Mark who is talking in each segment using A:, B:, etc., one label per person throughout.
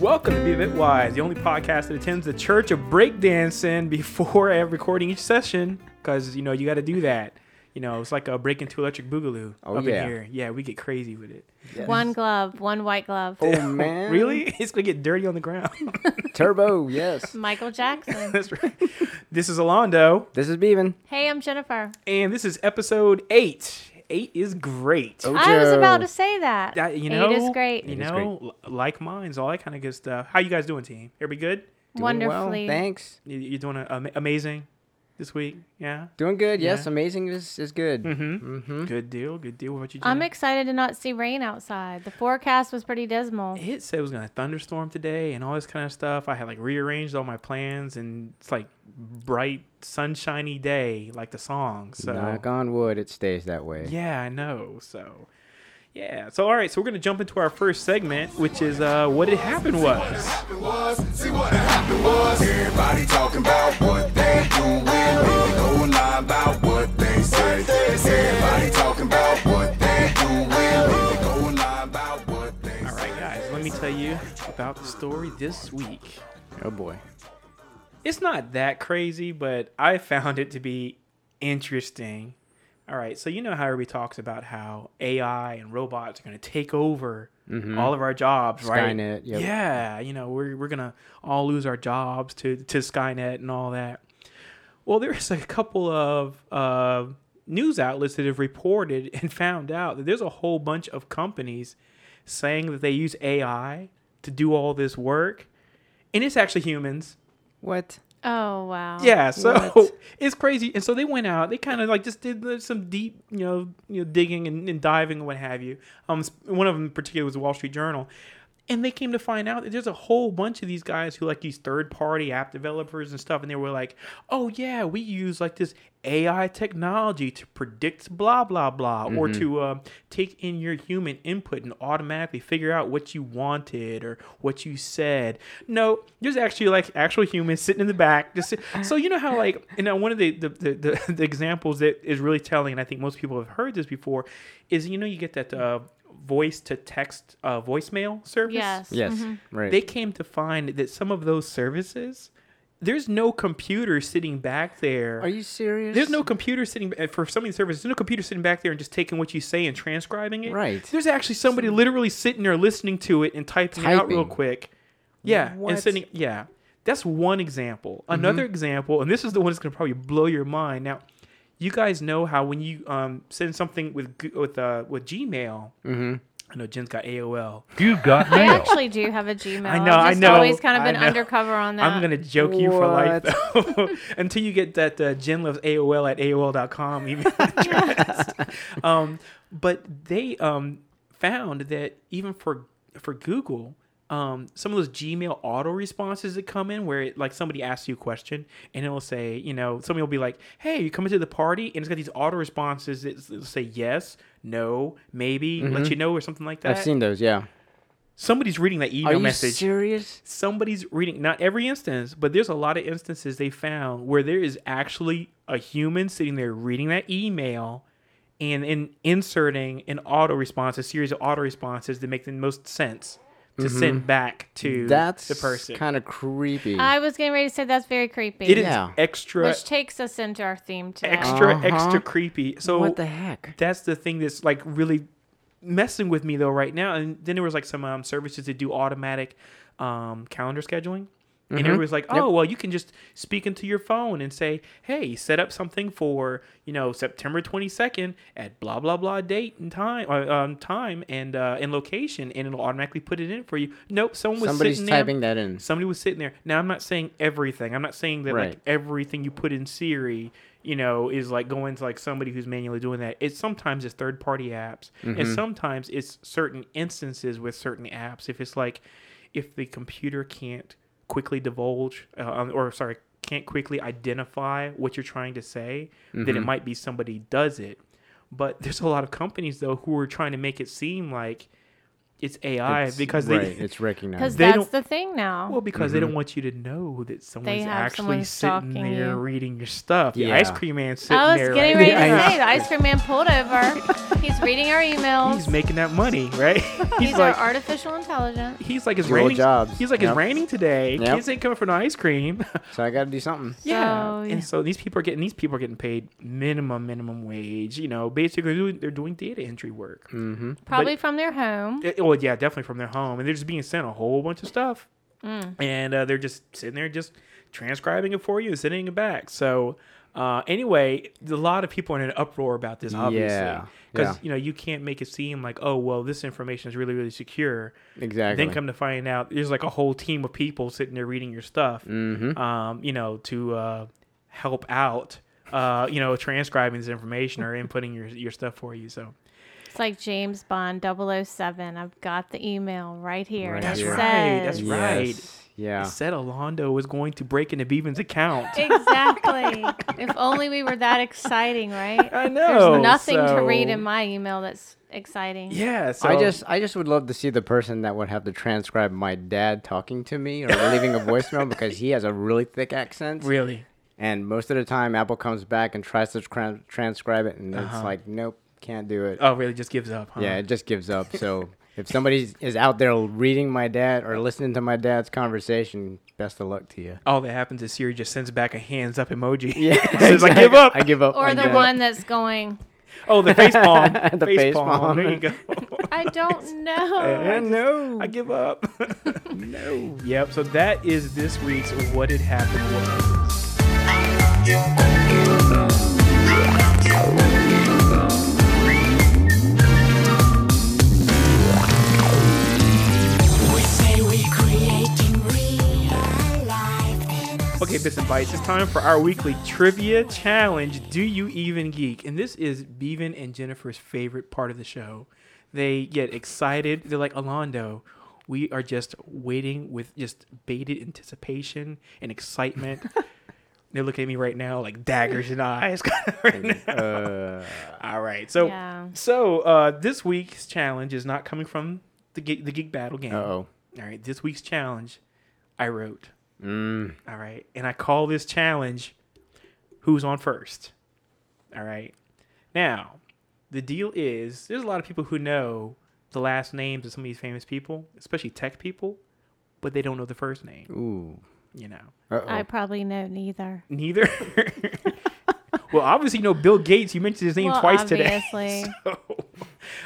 A: welcome to Be a Bit Wise, the only podcast that attends the church of breakdancing before every- recording each session, because you know you got to do that. You know, it's like a break into electric boogaloo
B: Oh,
A: up
B: yeah.
A: in here. Yeah, we get crazy with it.
C: One glove, one white glove.
B: Oh man,
A: Really, it's gonna get dirty on the ground.
B: Turbo, yes.
C: Michael Jackson.
A: That's right. This is Alondo,
B: This is Beaven.
C: hey, I'm Jennifer.
A: and this is episode eight. Eight is great.
B: Oh,
C: I was
B: Joe.
C: about to say that.
A: That- you know,
C: it is great.
A: You
B: Eight is
A: know, l- like minds, all that kind of good stuff. How you guys doing, team? Everybody good?
B: Doing
C: Wonderfully.
B: Well, thanks.
A: You, you doing a, am- amazing this week? Yeah.
B: Doing good. Yes,
A: Yeah.
B: amazing is is good.
A: Mm-hmm.
B: Hmm?
A: Good deal. Good deal. What about you?
C: I'm
A: Jenna?
C: excited to not see rain outside. The forecast was pretty dismal.
A: it said it was gonna thunderstorm today and all this kind of stuff. I had like rearranged all my plans, and it's like bright, sunshiny day, like the song. So
B: Knock on wood, it stays that way.
A: yeah, I know. So yeah. So all right. So we're gonna jump into our first segment, which is uh, what it happened was.
D: happened was, see what happened was. Everybody talking about what they doing. Leave no line about what they say. Everybody talking about what they doing. Leave no line about what they
A: All right, guys. Let me tell you about the story this week.
B: Oh boy.
A: Mm-hmm. it's not that crazy, but I found it to be interesting. All right, so you know how everybody talks about how AI and robots are going to take over all of our jobs, right?
B: Mm-hmm. Skynet, yep.
A: Yeah, you know we're we're gonna all lose our jobs to to Skynet and all that. Well, there's a couple of uh, news outlets that have reported and found out that there's a whole bunch of companies saying that they use AI to do all this work, and it's actually humans.
B: What?
C: Oh, wow.
A: Yeah, so
B: What?
A: it's crazy. And so they went out. They kind of like just did the- some deep, you know, you know, digging and, and diving and what have you. Um, s- one of them in particular was the Wall Street Journal, and they came to find out that there's a whole bunch of these guys who like these third-party app developers and stuff, and they were like, "Oh yeah, we use like this AI technology to predict blah blah blah, or to uh, take in your human input and automatically figure out what you wanted or what you said." No, there's actually like actual humans sitting in the back. Just sit- so you know how like you know one of the the, the, the the examples that is really telling, and I think most people have heard this before, is you know you get that uh, voice to text uh, voicemail service.
C: Yes. Mm-hmm.
B: Yes. Right.
A: They came to find that some of those services, there's no computer sitting back there.
B: Are you serious?
A: There's no computer sitting uh, for some of these services. There's no computer sitting back there and just taking what you say and transcribing it.
B: Right.
A: There's actually somebody literally sitting there listening to it and typing, it out real
B: Typing.
A: quick. Yeah, and
B: What? Mm-hmm.
A: sending. Yeah, that's one example. Another example, and this is the one that's going to probably blow your mind. Now, you guys know how when you um, send something with G- with uh, with Gmail. Mm-hmm. I know Jen's got AOL.
C: I actually do have a Gmail.
A: I know,
C: I've
A: I
C: just
A: know,
C: always kind of
A: I
C: been
A: know.
C: undercover on that.
A: I'm gonna joke you for life though. until you get that uh, Jen loves AOL at AOL.com email address. um, but they um, found that even for for Google, um, some of those Gmail auto responses that come in where it, like somebody asks you a question and it'll say, you know, somebody will be like, "Hey, you coming to the party?" and it's got these auto responses that s- say yes, no, maybe, let you know, or something like that.
B: I've seen those. Yeah.
A: somebody's reading that email
B: Are you
A: message
B: serious?
A: somebody's reading not every instance but there's a lot of instances they found where there is actually a human sitting there reading that email and, and inserting an auto response a series of auto responses that make the most sense to send back to
B: Mm-hmm. That's
A: the person
B: kind of creepy.
C: I was getting ready to say that's very creepy.
A: it is
B: Yeah.
A: extra
C: Which takes us into our theme today.
A: extra
B: Uh-huh.
A: extra creepy so
B: what the heck?
A: that's the thing that's like really messing with me though right now. And then there was like some um, services that do automatic um, calendar scheduling. And
B: Mm-hmm.
A: everybody was like, "Oh, well, you can just speak into your phone and say, "Hey, set up something for you know September twenty second at blah blah blah date and time, uh, um, time and uh, and location," and it'll automatically put it in for you. Nope, someone was
B: Somebody's
A: sitting there-
B: typing that in.
A: Somebody was sitting there. Now I'm not saying everything. I'm not saying that like
B: Mm-hmm. Right.
A: everything you put in Siri, you know, is like going to like somebody who's manually doing that. It's sometimes it's third party apps,
B: Mm-hmm.
A: and sometimes it's certain instances with certain apps. If it's like if the computer can't quickly divulge, uh, um, or sorry, can't quickly identify what you're trying to say, then
B: Mm-hmm.
A: it might be somebody does it. But there's a lot of companies though who are trying to make it seem like it's AI
B: It's-
A: because they
B: right, it's recognized.
C: Because
A: They
C: that's
A: don't-
C: the thing now.
A: well because
B: Mm-hmm.
A: they don't want you to know that someone's
C: have
A: actually sitting
C: someone stalking
A: there
C: you.
A: reading your stuff. The ice
B: Yeah.
A: cream man sitting
C: I was
A: there.
C: getting
A: right?
C: ready to
B: Yeah.
C: say the ice cream man pulled over. He's reading our emails.
A: He's making that money, right?
C: He's
A: he's like
C: our artificial intelligence.
A: he's like it's
B: Good old
A: raining.
B: jobs.
A: He's like
B: Yep.
A: it's raining today.
B: Yep.
A: Kids ain't coming for no ice cream.
B: so I got to do something.
A: Yeah,
C: So, yeah.
A: and so these people are getting these people are getting paid minimum minimum wage. You know, basically they're doing, they're doing data entry work.
B: Mm-hmm.
C: Probably from their home.
A: Eh, well, yeah, definitely from their home, and they're just being sent a whole bunch of stuff, and uh, they're just sitting there just transcribing it for you and sending it back. So. Uh, anyway, a lot of people are in an uproar about this, obviously,
B: Yeah,
A: because
B: yeah.
A: you know you can't make it seem like, oh, well, this information is really, really secure.
B: Exactly.
A: Then come to find out, there's like a whole team of people sitting there reading your stuff,
B: Mm-hmm.
A: um, you know, to uh, help out, uh, you know, transcribing this information or inputting your your stuff for you. So
C: It's like James Bond 007. I've got the email right here.
B: Right
C: and
B: That's
C: it
B: here.
A: right, that's
C: says-
A: right.
B: Yes. Yeah.
A: it said Alondo was going to break into Beevan's account.
C: Exactly. if only we were that exciting, right?
A: I know,
C: There's nothing to
A: so-
C: read in my email that's exciting.
A: yeah, so
B: I just I just would love to see the person that would have to transcribe my dad talking to me or leaving a voicemail because he has a really thick accent.
A: really
B: And most of the time, Apple comes back and tries to tran- transcribe it, and
A: Uh-huh.
B: it's like, nope, can't do it.
A: oh really just gives up. Huh?
B: Yeah, it just gives up. So if somebody is out there reading my dad or listening to my dad's conversation, best of luck to you.
A: all that happens is Siri just sends back a hands up emoji.
B: Yeah,
A: says I give up.
B: I give up.
C: Or
B: on
C: the
B: that.
C: one that's going,
A: Oh, the face palm.
B: The face palm.
A: There you go.
C: I don't know.
B: I know.
A: I give up. no. Yep. So that is this week's What Had Happened Was. Okay, Bits and Bites, it's time for our weekly trivia challenge. Do you even geek? And this is Bevan and Jennifer's favorite part of the show. They get excited. They're like, Alondo, we are just waiting with just bated anticipation and excitement. They're looking at me right now like daggers in the eyes. right now.
B: Uh,
A: All right. So
C: Yeah.
A: so uh, this week's challenge is not coming from the geek, the geek battle game.
B: Uh-oh.
A: All right. This week's challenge, I wrote.
B: Mm.
A: All right. And I call this challenge, who's on first. All right. Now, the deal is there's a lot of people who know the last names of some of these famous people, especially tech people, but they don't know the first name.
B: ooh.
A: You know.
B: Uh-oh.
C: I probably know neither.
A: Neither. well, obviously, you know Bill Gates. You mentioned his name
C: Well,
A: twice
C: obviously.
A: today.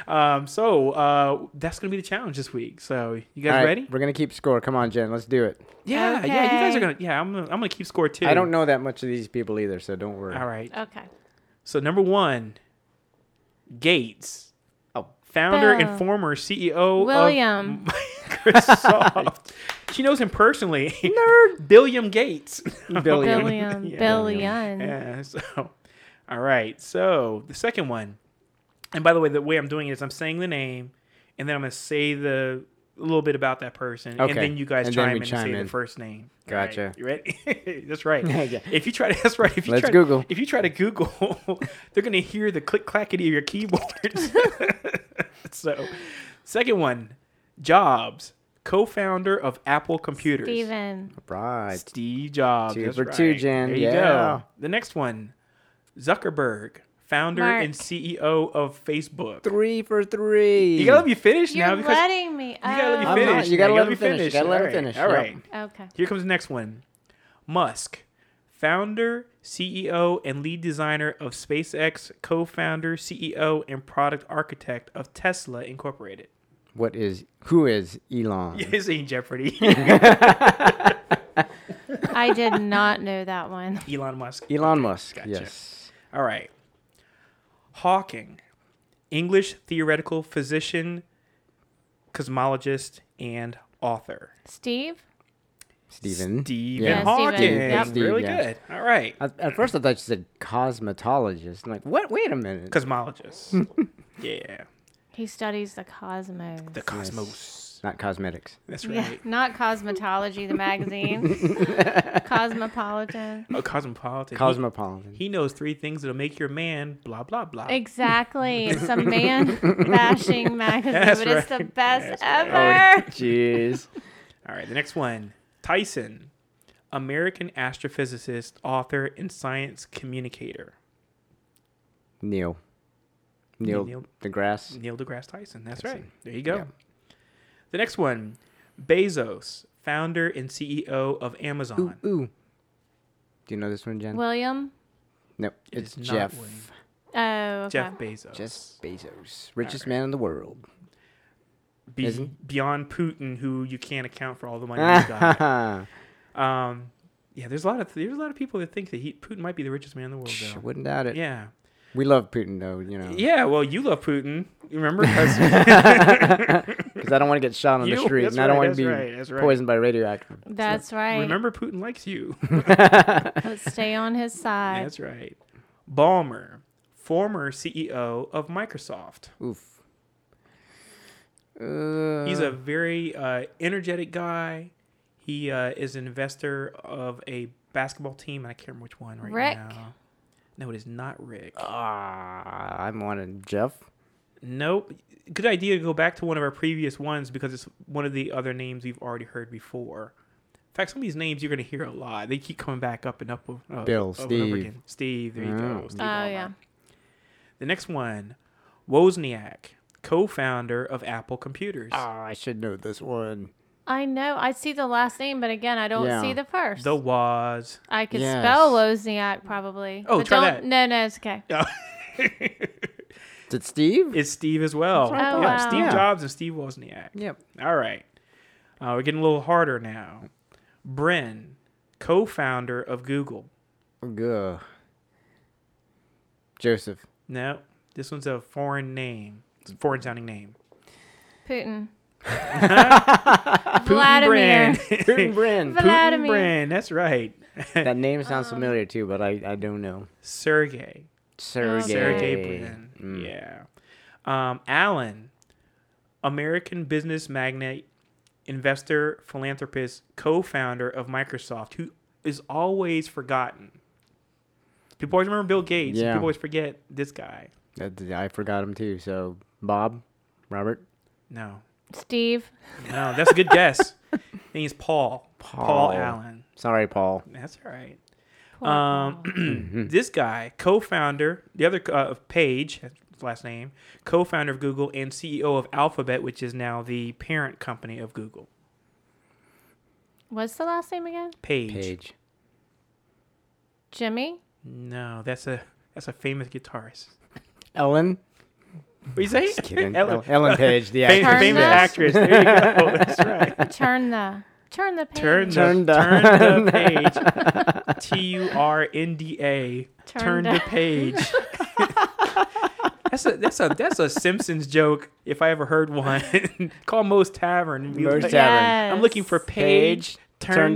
A: So, um, so uh, that's going to be the challenge this week. So, you guys
B: All right,
A: ready?
B: We're gonna keep score. Come on, Jen. Let's do it.
A: Yeah, yeah. You guys are
C: Okay.
A: going to. Yeah, I'm going to I'm gonna keep score too.
B: I don't know that much of these people either, so don't worry.
A: All right.
C: Okay.
A: So, number one, Gates.
B: Oh.
A: Founder
C: Bill.
A: and former CEO
C: William.
A: of Microsoft. she knows him personally. Nerd. Billiam Gates.
B: Billion.
C: Billion.
A: Yeah.
C: Billion.
A: Yeah, so, all right. So the second one, and by the way, the way I'm doing it is I'm saying the name, and then I'm gonna say the a little bit about that person,
B: Okay.
A: and then you guys
B: And then
A: chime
B: we
A: in and
B: chime
A: say
B: in.
A: the first name. All
B: Gotcha.
A: You ready? that's right.
B: Yeah.
A: If you try to, that's right. If you
B: Let's
A: try to-
B: Google.
A: If you try to Google, they're gonna hear the click clackety of your keyboards. so, second one, Jobs, co-founder of Apple Computers.
C: Steven.
B: Right.
A: Steve Jobs.
B: Two
A: that's
B: for two,
A: right.
B: Jen.
A: There you
B: Yeah.
A: go. The next one, Zuckerberg, founder
C: Mark.
A: and CEO of Facebook.
B: Three for three.
A: You gotta let me finish now
C: You're
A: because
C: letting me.
A: you gotta let me
C: Oh.
B: I'm
A: finish.
B: not. You gotta
A: now.
B: let him finish. You gotta let
A: All
B: him
A: right.
B: finish.
A: All
B: Yep.
A: right.
C: Okay.
A: Here comes the next one. Musk, founder, CEO, and lead designer of SpaceX, co-founder, CEO, and product architect of Tesla Incorporated.
B: What is who is Elon?
A: This ain't Jeopardy.
C: I did not know that one.
A: Elon Musk.
B: Elon Musk.
A: gotcha.
B: Yes.
A: All right. Hawking, English theoretical physician, cosmologist, and author.
C: Steve?
B: Stephen.
A: Stephen
B: Yeah.
A: Hawking.
C: Stephen, yep.
B: Steve,
A: really
B: yeah.
A: good. All right.
B: At, at first, I thought you said cosmetologist. I'm like, what? Wait a minute.
A: Cosmologist. yeah.
C: He studies the cosmos.
A: The cosmos.
B: not cosmetics.
A: That's
C: Yeah,
A: right.
C: not Cosmetology, the magazine. Cosmopolitan.
A: Oh, cosmopolitan. He-
B: Cosmopolitan.
A: He, knows three things that'll make your man blah blah blah.
C: Exactly. It's a man bashing magazine,
A: That's
C: but it's the
A: right.
C: best
B: Oh,
C: ever.
B: jeez.
A: All right, the next one. Tyson, American astrophysicist, author, and science communicator.
B: Neil. Neil.
A: Neil.
B: deGrasse.
A: Neil deGrasse Tyson. That's
B: Tyson.
A: right. There you go.
B: Yeah.
A: The next one. Bezos, founder and CEO of Amazon.
B: Ooh, ooh. Do you know this one, Jen?
C: William.
B: no,
A: It
B: it's
A: is not
B: Jeff.
A: William.
C: Oh, okay.
A: Jeff Bezos.
B: Jeff Bezos, richest man in the world.
A: Be-
B: Is he?
A: beyond Putin, who you can't account for all the money he's got.
B: Wouldn't
A: Um, yeah, there's a lot of there's a lot of people that think that he, Putin might be the richest man in the world. Though.
B: doubt it.
A: Yeah,
B: We love Putin though, you know,
A: yeah. Well, you love Putin, remember? 'Cause-
B: because I don't want to get shot on the
A: You-
B: street,
A: that's
B: and I don't
A: right,
B: want
A: that's
B: to be
A: right, that's right.
B: poisoned by radioactive.
C: That's right.
A: remember, Putin likes you.
C: Let's stay on his side.
A: That's right. Balmer, former CEO of Microsoft.
B: Oof. Uh,
A: He's a very uh, energetic guy. He uh, is an investor of a basketball team. I can't remember which one right
C: Rick?
A: now. No, it is not Rick.
B: ah, Uh, I'm wanting Jeff.
A: Nope. Good idea to go back to one of our previous ones because it's one of the other names we've already heard before. In fact, some of these names you're going to hear a lot. They keep coming back up and up. Uh,
B: Bill,
A: over and over
B: Steve.
A: again. Steve, there you go.
B: Oh.
A: Steve
C: Oh,
A: Ballmer.
C: yeah.
A: The next one, Wozniak, co-founder of Apple Computers.
B: Ah, I should know this one.
C: I know. I see the last name, but again, I don't
B: Yeah.
C: see the first.
A: The Woz.
C: I could
B: Yes.
C: spell Wozniak probably.
A: Oh,
C: but
A: try
C: don't,
A: that.
C: No, no, it's okay.
B: Is it Steve?
A: Is Steve as well.
C: what I thought.
A: Yeah,
C: Oh, wow.
A: Steve
B: Yeah.
A: Jobs and Steve Wozniak.
B: yep.
A: All right. Uh, we're getting a little harder now. Bren, co-founder of Google.
B: Ugh. Oh, Joseph.
A: No, this one's a foreign name. It's a foreign sounding name.
C: Putin.
A: Putin
C: Vladimir.
A: Bren.
B: Putin Brin.
C: Vla- Vladimir.
A: Putin Bren. That's right.
B: that name sounds
A: Um,
B: familiar too, but I, I don't know.
A: Sergey.
B: Sergey.
A: Sergey
C: Sergey.
A: Brin.
B: Mm.
A: Yeah. Um, Alan, American business magnate, investor, philanthropist, co-founder of Microsoft, who is always forgotten. People always remember Bill Gates. and
B: Yeah.
A: People always forget this guy.
B: That- I forgot him too. So Bob, Robert,
A: No,
C: Steve.
A: no, that's a good guess. I think it's Paul. Paul.
B: Paul.
A: Allen.
B: Sorry, Paul.
A: That's all right.
C: Poor Paul.
A: Um, this guy, co-founder, the other uh, of Page, that's his last name, co-founder of Google and CEO of Alphabet, which is now the parent company of Google.
C: What's the last name again?
A: Page.
B: Page.
C: Jimmy.
A: No, that's a that's a famous guitarist.
B: Ellen.
A: What you say?
B: Kidding.
A: Ellen,
B: Ellen, Ellen Page, the
A: Famous,
C: Turn
B: actress.
A: famous actress.
C: that.
A: There you go. That's right.
C: Turn the. Turn the page.
A: Turn the,
B: Turn
A: turn
B: the-
A: the page. T U R N D A.
C: Turn
A: Turn
C: the-
A: the page. That's a that's a that's a Simpsons joke if I ever heard one. Call Moe's Tavern. and be
B: Moe's
A: like,
B: Tavern.
A: I'm looking for page.
B: Turn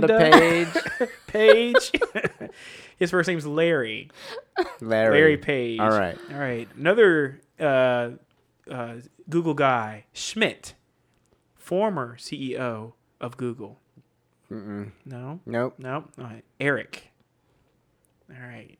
A: Turn,
B: the
A: the
B: page.
A: page. His first name's Larry.
B: Larry.
A: Larry Page.
B: All right.
A: All right. Another uh, uh, Google guy, Schmidt, former CEO of Google. Mm-mm. No?
B: Nope.
A: No? All right. Eric. All right.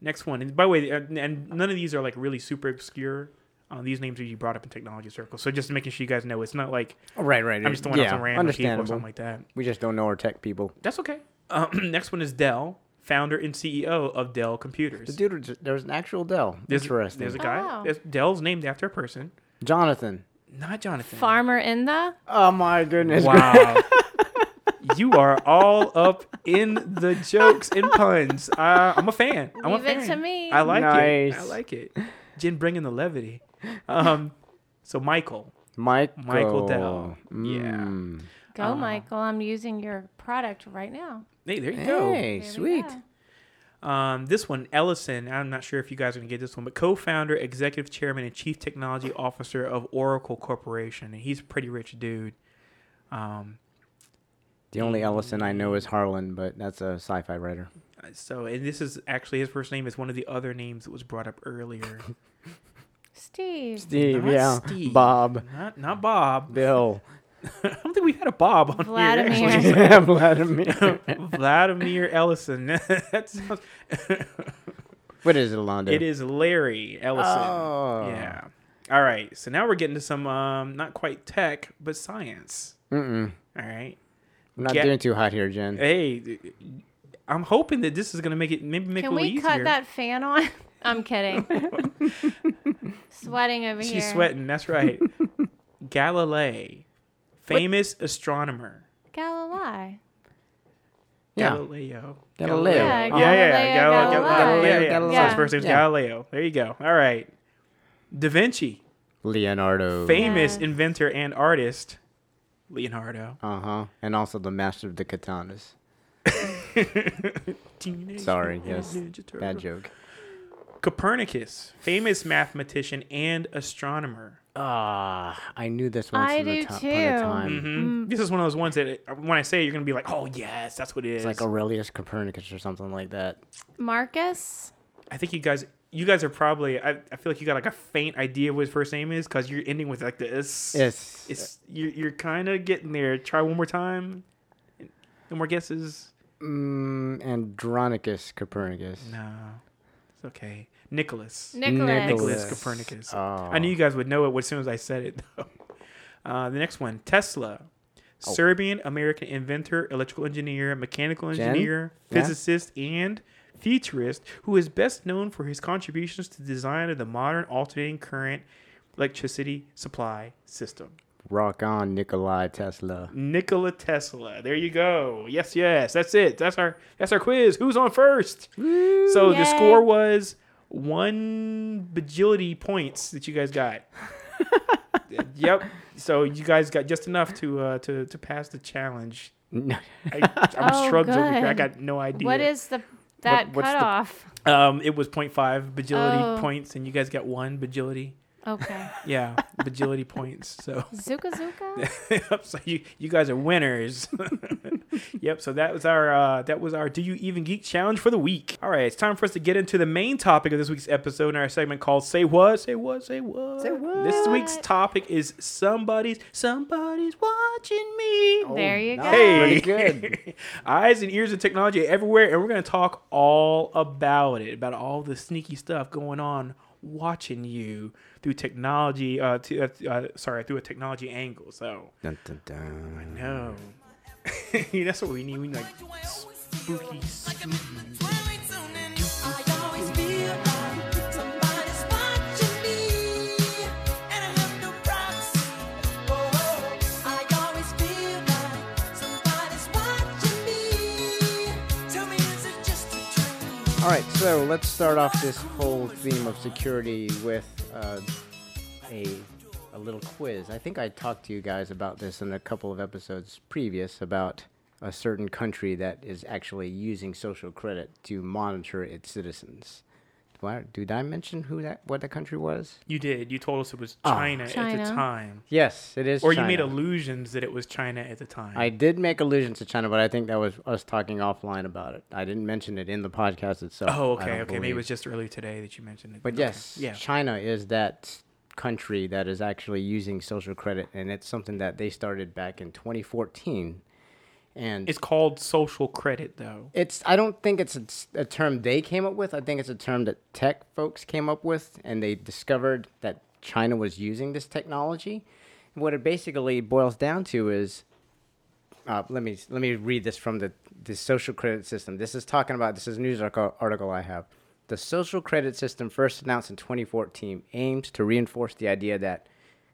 A: Next one. And by the way, uh, and none of these are like really super obscure. Uh, these names are you brought up in technology circles. So just making sure you guys know it's not like
B: Right, right.
A: Oh, I'm just throwing out some random people or something like that.
B: we just don't know our tech people.
A: That's okay. Uh, next one is Dell, founder and CEO of Dell Computers.
B: The dude, was- there was an actual Dell.
A: There's,
B: Interesting.
A: There's a
C: Oh,
A: guy.
C: wow.
A: there's- Dell's named after a person,
B: Jonathan.
A: not Jonathan.
C: Farmer in the.
B: Oh my goodness.
A: Wow. you are all up in the jokes and puns. Uh, I'm a fan. I'm
C: Leave
A: a
C: it
A: fan.
C: to me.
A: I like it. I
B: Nice.
A: like it. Jen bringing the levity. Um, so Michael,
B: Michael.
A: Michael Dell.
B: Mm.
C: Go, Michael. I'm using your product right now.
A: Yeah. Hey, there you
B: Hey,
C: There we
B: sweet.
C: go.
A: go. Um, this one, Ellison. I'm not sure if you guys are gonna get this one, but co-founder, executive chairman, and chief technology officer of Oracle Corporation, and he's a pretty rich dude. Um,
B: The only Ellison I know is Harlan, but that's a sci-fi writer.
A: Uh, So, and this is actually his first name is one of the other names that was brought up earlier.
C: Steve.
B: Steve,
A: Not
B: yeah.
A: Steve.
B: Bob.
A: not not Bob.
B: Bill.
A: I don't think we've had a Bob on here. actually.
C: Vladimir.
B: yeah, Vladimir.
A: Vladimir Ellison. that sounds.
B: what is it, Londo?
A: It is Larry Ellison.
B: Oh.
A: Yeah. All right. So now we're getting to some um, not quite tech, but science.
B: Mm-mm.
A: All right.
B: I'm not
A: Get-
B: doing too hot here, Jen.
A: Hey, I'm hoping that this is gonna make it maybe make
C: Can
A: it a little
C: we
A: easier.
C: cut that fan on? I'm kidding. Sweating over here.
A: She's sweating. That's right. Galilei, famous astronomer.
C: Galilei.
B: Yeah.
A: Galileo.
B: Galileo.
C: Yeah,
A: Yeah, yeah, yeah.
C: Galileo,
A: Galileo.
C: Galilei.
A: Galileo. yeah.
B: Galileo.
A: So his first name's
B: Yeah.
A: Galileo. There you go. All right. Da Vinci,
B: Leonardo.
A: famous
C: Yeah.
A: inventor and artist. Leonardo.
B: Uh huh. And also the master of the katanas.
A: Teenage
B: Sorry,
A: Mutant
B: yes.
A: Ninja Turtle.
B: Bad joke.
A: Copernicus, famous mathematician and astronomer.
B: Ah, I knew this once
C: I
B: in the
C: do
B: top
C: too.
B: time.
A: Mhm. This is one of those ones that uh, when I say it, you're gonna be like, "Oh yes, that's what it is."
B: It's like Aurelius Copernicus or something like that.
C: Marcus.
A: I think you guys, you guys are probably. I, I feel like you got like a faint idea of what his first name is because you're ending with like this.
B: Yes.
A: It's you're, you're kind of getting there. Try one more time. No more guesses.
B: Mm, Andronicus Copernicus.
A: No, it's okay. Nicholas.
C: Nicholas.
A: Nicholas
B: Nicholas.
A: Copernicus.
B: Oh.
A: I knew you guys would know it as soon as I said it. Though. Uh, the next one, Tesla,
B: Oh.
A: Serbian American inventor, electrical engineer, mechanical
B: Jen?
A: engineer,
B: Yeah?
A: physicist, and futurist, who is best known for his contributions to the design of the modern alternating current electricity supply system.
B: Rock on, Nikolai Tesla.
A: Nikola Tesla. There you go. Yes, yes. That's it. That's our that's our quiz. Who's on first? So the
C: Yay.
A: score was one bajillity points that you guys got. yep. So you guys got just enough to uh, to to pass the challenge.
B: No.
A: I, I'm
C: Oh,
A: shrugged over here. I
C: good.
A: got no idea.
C: What is the that
B: what's the-
C: cutoff?
A: Um, it was 0.5 bajillity
C: Oh.
A: points, and you guys got one bajillity.
C: Okay.
A: Yeah, bajillity points. So.
C: Zuka Zuka.
A: yep, so you, you guys are winners. yep, so that was our uh, that was our Do You Even Geek challenge for the week. All right, it's time for us to get into the main topic of this week's episode in our segment called Say What, Say What, Say What. Say
B: what?
A: This week's topic is somebody's somebody's watching me. Oh.
B: oh,
C: there you go.
A: Hey,
B: Pretty good.
A: eyes and ears of technology everywhere, and we're gonna talk all about it, about all the sneaky stuff going on, watching you through technology. Uh, t- uh, t- uh, sorry, through a technology angle. So
B: Dun, dun, dun.
A: no, Oh. that's what we need. We need like spooky. s-
B: All right, so let's start off this whole theme of security with uh, a a little quiz. I think I talked to you guys about this in a couple of episodes previous about a certain country that is actually using social credit to monitor its citizens. Do I, did I mention who that what the country was?
A: You did. You told us it was
B: Oh.
A: China, at
C: China.
A: the time,
B: Yes, it is.
A: or you made
B: China.
A: allusions that it was China at the time.
B: I did make allusions to China, but I think that was us talking offline about it. I didn't mention it in the podcast itself.
A: oh,
B: I
A: okay,
B: don't
A: okay. Maybe it
B: believe.
A: was just earlier today that you mentioned it.
B: But
A: Okay.
B: yes,
A: yeah.
B: China is that country that is actually using social credit, and it's something that they started back in 2014. And
A: It's called social credit, though.
B: it's I don't think it's a, s- a term they came up with. I think it's a term that tech folks came up with, and they discovered that China was using this technology. What it basically boils down to is, uh, let me let me read this from the the social credit system. This is talking about this is a news article, article I have. The social credit system, first announced in 2014, aims to reinforce the idea that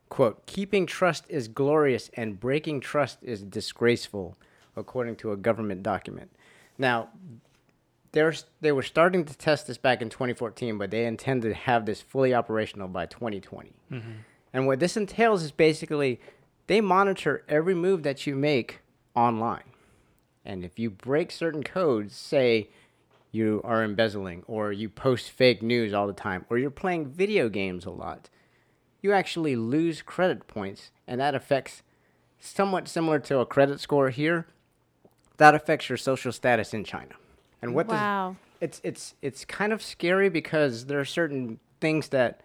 B: quote, keeping trust is glorious and breaking trust is disgraceful, according to a government document. Now, they're, they were starting to test this back in 2014, but they intend to have this fully operational by 2020. And what this entails is basically they monitor every move that you make online. And if you break certain codes, say you are embezzling, or you post fake news all the time, or you're playing video games a lot, you actually lose credit points, and that affects somewhat similar to a credit score here. That affects your social status in China. And what does
C: Wow.
B: it's it's it's kind of scary because there are certain things that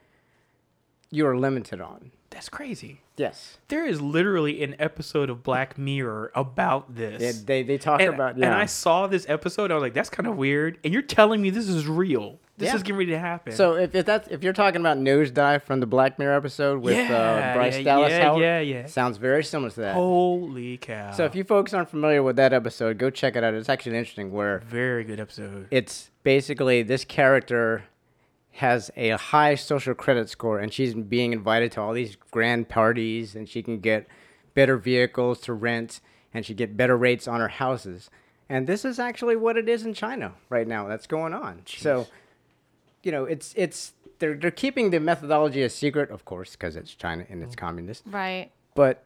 B: you are limited on.
A: That's crazy.
B: Yes.
A: There is literally an episode of Black Mirror about this.
B: They, they, they talk
A: and,
B: about
A: and
B: yeah.
A: I saw this episode. I was like, that's kind of weird. And you're telling me this is real. This
B: Yeah.
A: is getting ready to happen.
B: so if, if that's if you're talking about nosedive from the Black Mirror episode with
A: Yeah,
B: uh, Bryce
A: yeah,
B: Dallas
A: yeah,
B: Howard,
A: yeah, yeah.
B: sounds very similar to that.
A: holy cow!
B: So if you folks aren't familiar with that episode, go check it out. It's actually interesting. Where
A: very good episode.
B: it's basically this character has a high social credit score and she's being invited to all these grand parties and she can get better vehicles to rent and she get better rates on her houses and this is actually what it is in China right now that's going on so you know it's it's they're they're keeping the methodology a secret of course cuz it's China and it's communist
C: Right.
B: but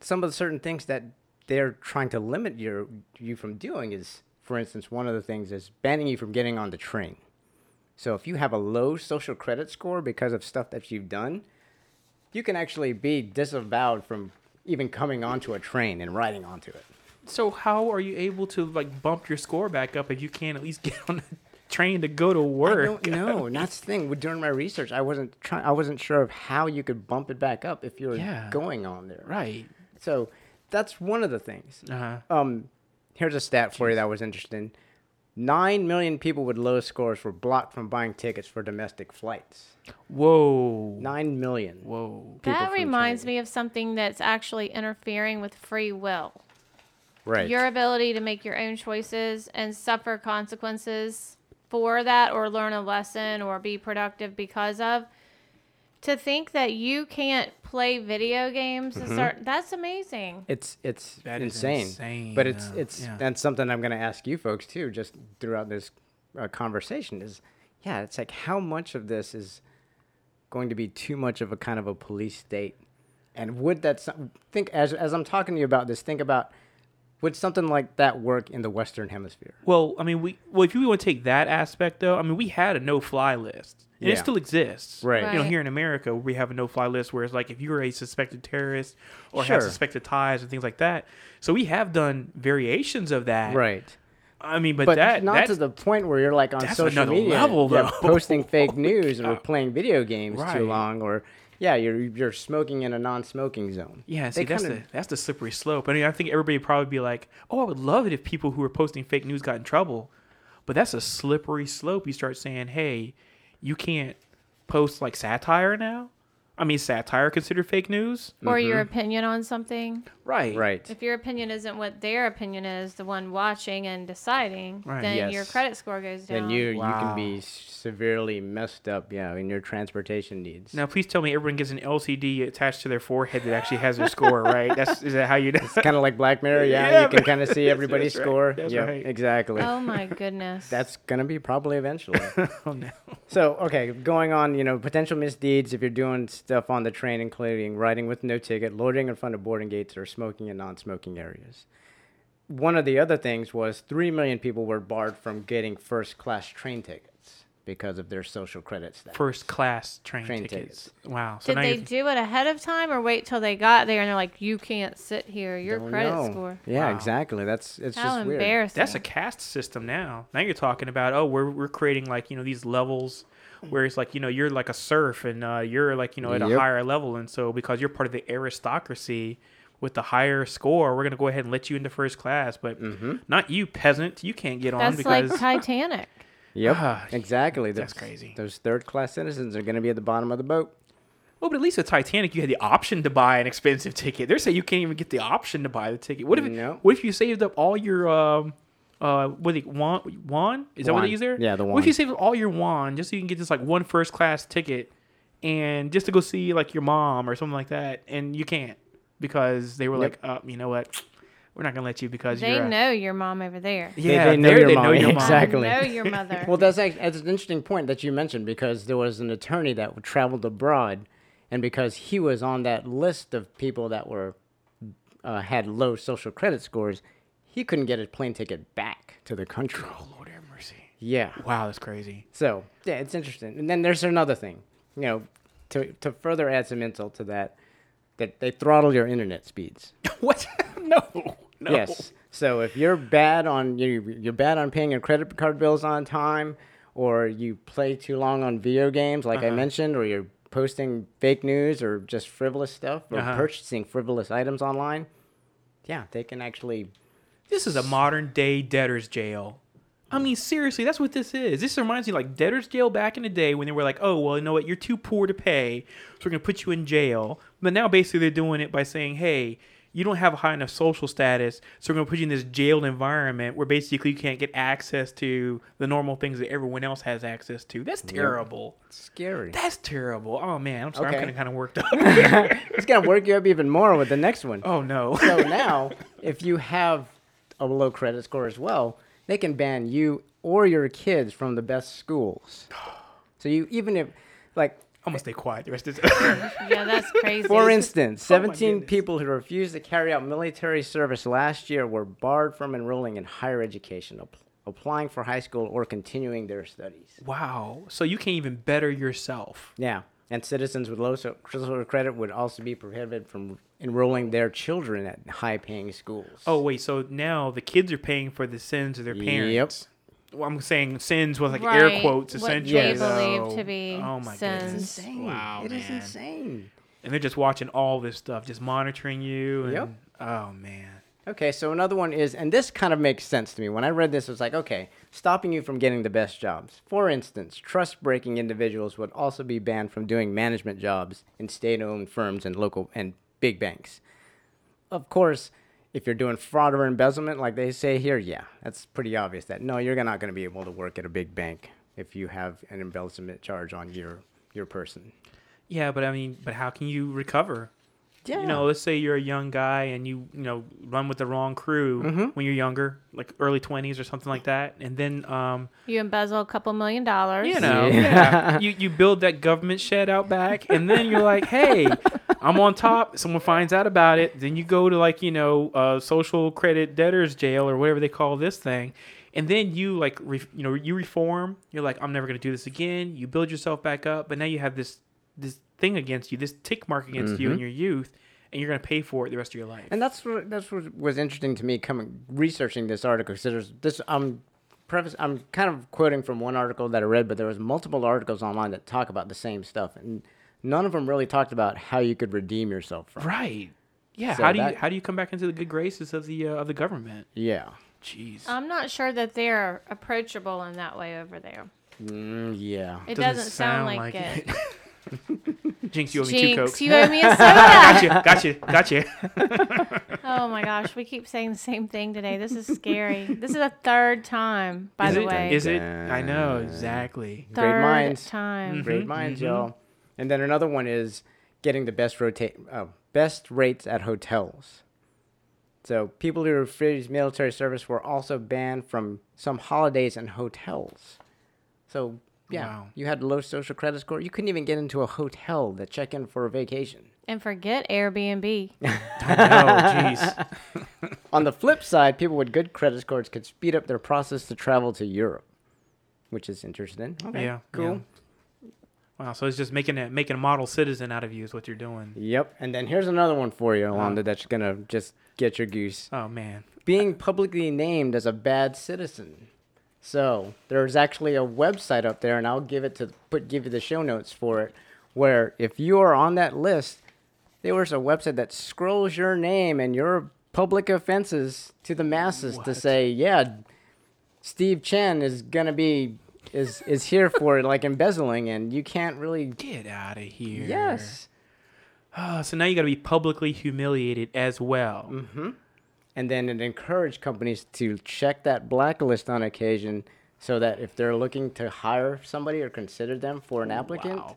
B: some of the certain things that they're trying to limit your you from doing is, for instance, one of the things is banning you from getting on the train. So if you have a low social credit score because of stuff that you've done, you can actually be disavowed from even coming onto a train and riding onto it.
A: So how are you able to like bump your score back up if you can't at least get on the train to go to
B: I
A: work?
B: don't know. and That's the thing. During my research, I wasn't trying. I wasn't sure of how you could bump it back up if you're
A: Yeah.
B: going on there.
A: Right.
B: So that's one of the things.
A: Uh-huh.
B: Um, here's a stat for you that was interesting. Nine million people with low scores were blocked from buying tickets for domestic flights.
A: Whoa.
B: Nine million.
A: Whoa.
B: people
C: that
B: from
C: reminds
B: China.
C: me of something that's actually interfering with free will.
B: Right.
C: Your ability to make your own choices and suffer consequences for that or learn a lesson or be productive because of. To think that you can't play video games,
B: Mm-hmm.
C: and start, that's amazing.
B: it's it's
A: That is
B: insane.
A: insane,
B: But it's
A: yeah,
B: it's
A: yeah.
B: that's something I'm going to ask you folks too, just throughout this uh, conversation. Is yeah, it's like how much of this is going to be too much of a kind of a police state, and would that some- think as as I'm talking to you about this, think about would something like that work in the Western Hemisphere?
A: Well, I mean, we well, if you want to take that aspect though, I mean, we had a no-fly list, and it
B: Yeah.
A: still exists.
B: Right.
A: You know,
C: Right.
A: here in America, we have a no-fly list where it's like if you're a suspected terrorist or
B: Sure.
A: have suspected ties and things like that. So we have done variations of that.
B: Right.
A: I mean, but,
B: But
A: that
B: not
A: that's
B: to the point where you're like on
A: that's
B: social
A: another
B: media
A: level,
B: yeah,
A: though.
B: posting fake news or playing video games
A: Right.
B: too long or yeah, you're you're smoking in a non-smoking zone.
A: Yeah,
B: They
A: see, that's
B: kinda-
A: the that's the slippery slope. I mean, I think everybody would probably be like, "Oh, I would love it if people who are posting fake news got in trouble," but that's a slippery slope. You start saying, "Hey, you can't post like satire now." I mean, is satire considered fake news,
C: Or
B: Mm-hmm.
C: your opinion on something.
A: right?
B: right.
C: If your opinion isn't what their opinion is, the one watching and deciding,
A: Right.
C: then your
B: Yes.
C: credit score goes down.
B: Then you you can be
A: Wow.
B: severely messed up, yeah, in your transportation needs.
A: Now, please tell me everyone gets an LCD attached to their forehead that actually has their score, right? That's is that how you?
B: Kind of like Black Mirror, yeah,
A: Yeah,
B: you can
A: but-
B: kind of see
A: That's
B: everybody's
A: right,
B: score.
A: that's
B: yeah,
A: right.
B: exactly.
C: Oh my goodness.
B: That's gonna be probably eventually.
A: oh no.
B: So okay, going on, you know, potential misdeeds if you're doing stuff on the train, including riding with no ticket, loitering in front of boarding gates, or smoking in non-smoking areas. One of the other things was three million people were barred from getting first-class train tickets because of their social credit status.
A: First class train,
B: Train
A: tickets.
B: tickets.
A: Wow. So
C: Did
A: now
C: they
A: you're,
C: do it ahead of time or wait till they got there and they're like, you can't sit here, your
B: Don't
C: credit
B: know.
C: score?
B: Oh, Yeah,
A: Wow.
B: exactly. That's it's
C: How
B: just weird.
C: embarrassing.
A: That's a caste system now. Now you're talking about oh, we're we're creating like you know these levels where it's like you know you're like a serf and uh, you're like you know at a
B: Yep.
A: higher level, and so because you're part of the aristocracy with the higher score, we're gonna go ahead and let you into first class, but not you peasant. You can't get on
C: That's
A: because
C: like Titanic.
B: Yep,
A: Ah,
B: exactly.
A: that's
B: Those-
A: crazy.
B: Those third-class citizens are going to be at the bottom of the boat.
A: well, but at least with Titanic, you had the option to buy an expensive ticket. They're saying you can't even get the option to buy the ticket. What if
B: No.
A: what if you saved up all your um. Uh, what do they one one is that what
B: Yuan.
A: they use there?
B: Yeah, the
A: What if you
B: yuan.
A: save all your wand just so you can get this like one first class ticket and just to go see like your mom or something like that and you can't because they were
B: Yep.
A: like uh, you know what we're not gonna let you because
C: They
A: you're a-
C: know your mom over there.
A: yeah
B: they know
A: there
B: your
A: they
B: mom,
A: know your mom
B: exactly.
C: They know your mother.
B: Well, that's act- that's an interesting point that you mentioned because there was an attorney that traveled abroad, and because he was on that list of people that were uh, had low social credit scores, he couldn't get a plane ticket back to the country.
A: oh Lord have mercy
B: Yeah.
A: wow that's crazy
B: So yeah, it's interesting. And then there's another thing, you know, to to further add some insult to that, that they throttle your internet speeds.
A: what no no
B: Yes. So if you're bad on you, you're bad on paying your credit
A: Uh-huh.
B: card bills on time, or you play too long on video games, like I mentioned, or you're posting fake news or just frivolous stuff or
A: Uh-huh.
B: purchasing frivolous items online, yeah, they can actually.
A: This is a modern day debtor's jail. I mean, seriously, that's what this is. This reminds me like debtor's jail back in the day when they were like, oh, well, you know what? You're too poor to pay, so we're going to put you in jail. But now basically they're doing it by saying, hey, you don't have a high enough social status, so we're going to put you in this jailed environment where basically you can't get access to the normal things that everyone else has access to. That's terrible.
B: Scary.
A: That's terrible. Oh, man. I'm sorry.
B: Okay.
A: I'm kind of, kind of worked up.
B: it's gonna work you up even more with the next one.
A: oh, no.
B: So now, if you have a low credit score as well, they can ban you or your kids from the best schools. So you even if, like,
A: I'm going to stay quiet the rest of this.
C: Yeah, that's crazy.
B: for instance,
A: Oh my
B: 17
A: goodness.
B: people who refused to carry out military service last year were barred from enrolling in higher education, ap- applying for high school, or continuing their studies.
A: Wow. So you can't even better yourself.
B: Yeah. And citizens with low so- social credit would also be prohibited from enrolling their children at high paying schools.
A: Oh wait, so now the kids are paying for the sins of their parents. Yep. Well, I'm saying sins with like air
C: Right,
A: quotes
C: what they
A: essentially.
C: believe
A: So-
C: to be
A: Oh my
C: sins.
A: goodness. Wow,
B: It is
A: man.
B: insane.
A: And they're just watching all this stuff, just monitoring you and
B: Yep.
A: oh man.
B: Okay, so another one is, and this kind of makes sense to me. When I read this, it was like, okay, stopping you from getting the best jobs. For instance, trust breaking individuals would also be banned from doing management jobs in state owned firms and local and big banks. Of course, if you're doing fraud or embezzlement, like they say here, yeah, that's pretty obvious that no, you're not going to be able to work at a big bank if you have an embezzlement charge on your, your person.
A: Yeah, but I mean, but how can you recover? You know, let's say you're a young guy and you, you know, run with the wrong crew when you're younger, like early 20s or something like that, and then um
C: You embezzle a couple million dollars.
A: you know,
B: Yeah.
A: yeah. You you build that government shed out back, and then you're like, hey, I'm on top. Someone finds out about it. Then you go to like you know, uh, social credit debtors jail or whatever they call this thing, and then you like re- you know you reform. You're like, I'm never gonna do this again. You build yourself back up, but now you have this this thing against you, this tick mark against you in your youth, and you're gonna pay for it the rest of your life.
B: Mm-hmm. And that's what that's what was interesting to me coming researching this article. Because there's this I'm preface I'm kind of quoting from one article that I read, but there was multiple articles online that talk about the same stuff, and none of them really talked about how you could redeem yourself from.
A: right. Yeah.
B: So
A: how do
B: that-
A: you how do you come back into the good graces of the uh, of the government?
B: Yeah.
A: Jeez.
C: I'm not sure that they're approachable in that way over there.
B: Mm, yeah.
C: It doesn't, sound, like, it.
A: Jinx, you owe me two
C: Jinx,
A: cokes.
C: you owe me a soda.
A: Gotcha, gotcha, gotcha.
C: oh my gosh, we keep saying the same thing today. This is scary. This is a third time, by
A: is
C: the
A: it?
C: way.
A: Is it? I know exactly.
C: third
B: minds.
C: time.
A: Mm-hmm.
B: Great minds, y'all. And then another one is getting the best rotate uh, best rates at hotels. So people who refuse military service were also banned from some holidays and hotels. So yeah,
A: Wow.
B: you had low social credit score. You couldn't even get into a hotel to check in for a vacation.
C: And forget Airbnb.
A: I know. Jeez.
B: On the flip side, people with good credit scores could speed up their process to travel to Europe, which is interesting. Okay,
A: Yeah,
B: cool.
A: Wow. So it's just making a making a model citizen out of you is what you're doing.
B: Yep. And then here's another one for you, Alonda, that's gonna just get your goose.
A: Oh man.
B: being publicly named as a bad citizen. So there's actually a website up there, and I'll give it to put give you the show notes for it. Where if you are on that list, there's a website that scrolls your name and your public offenses to the masses to say, yeah, Steve Chen is gonna be is is here for like embezzling, and you can't really.
A: Get out of here.
B: Yes.
A: Oh, so now you got to be publicly humiliated as well.
B: Mm. and then it encouraged companies to check that blacklist on occasion so that if they're looking to hire somebody or consider them for an applicant
A: Wow.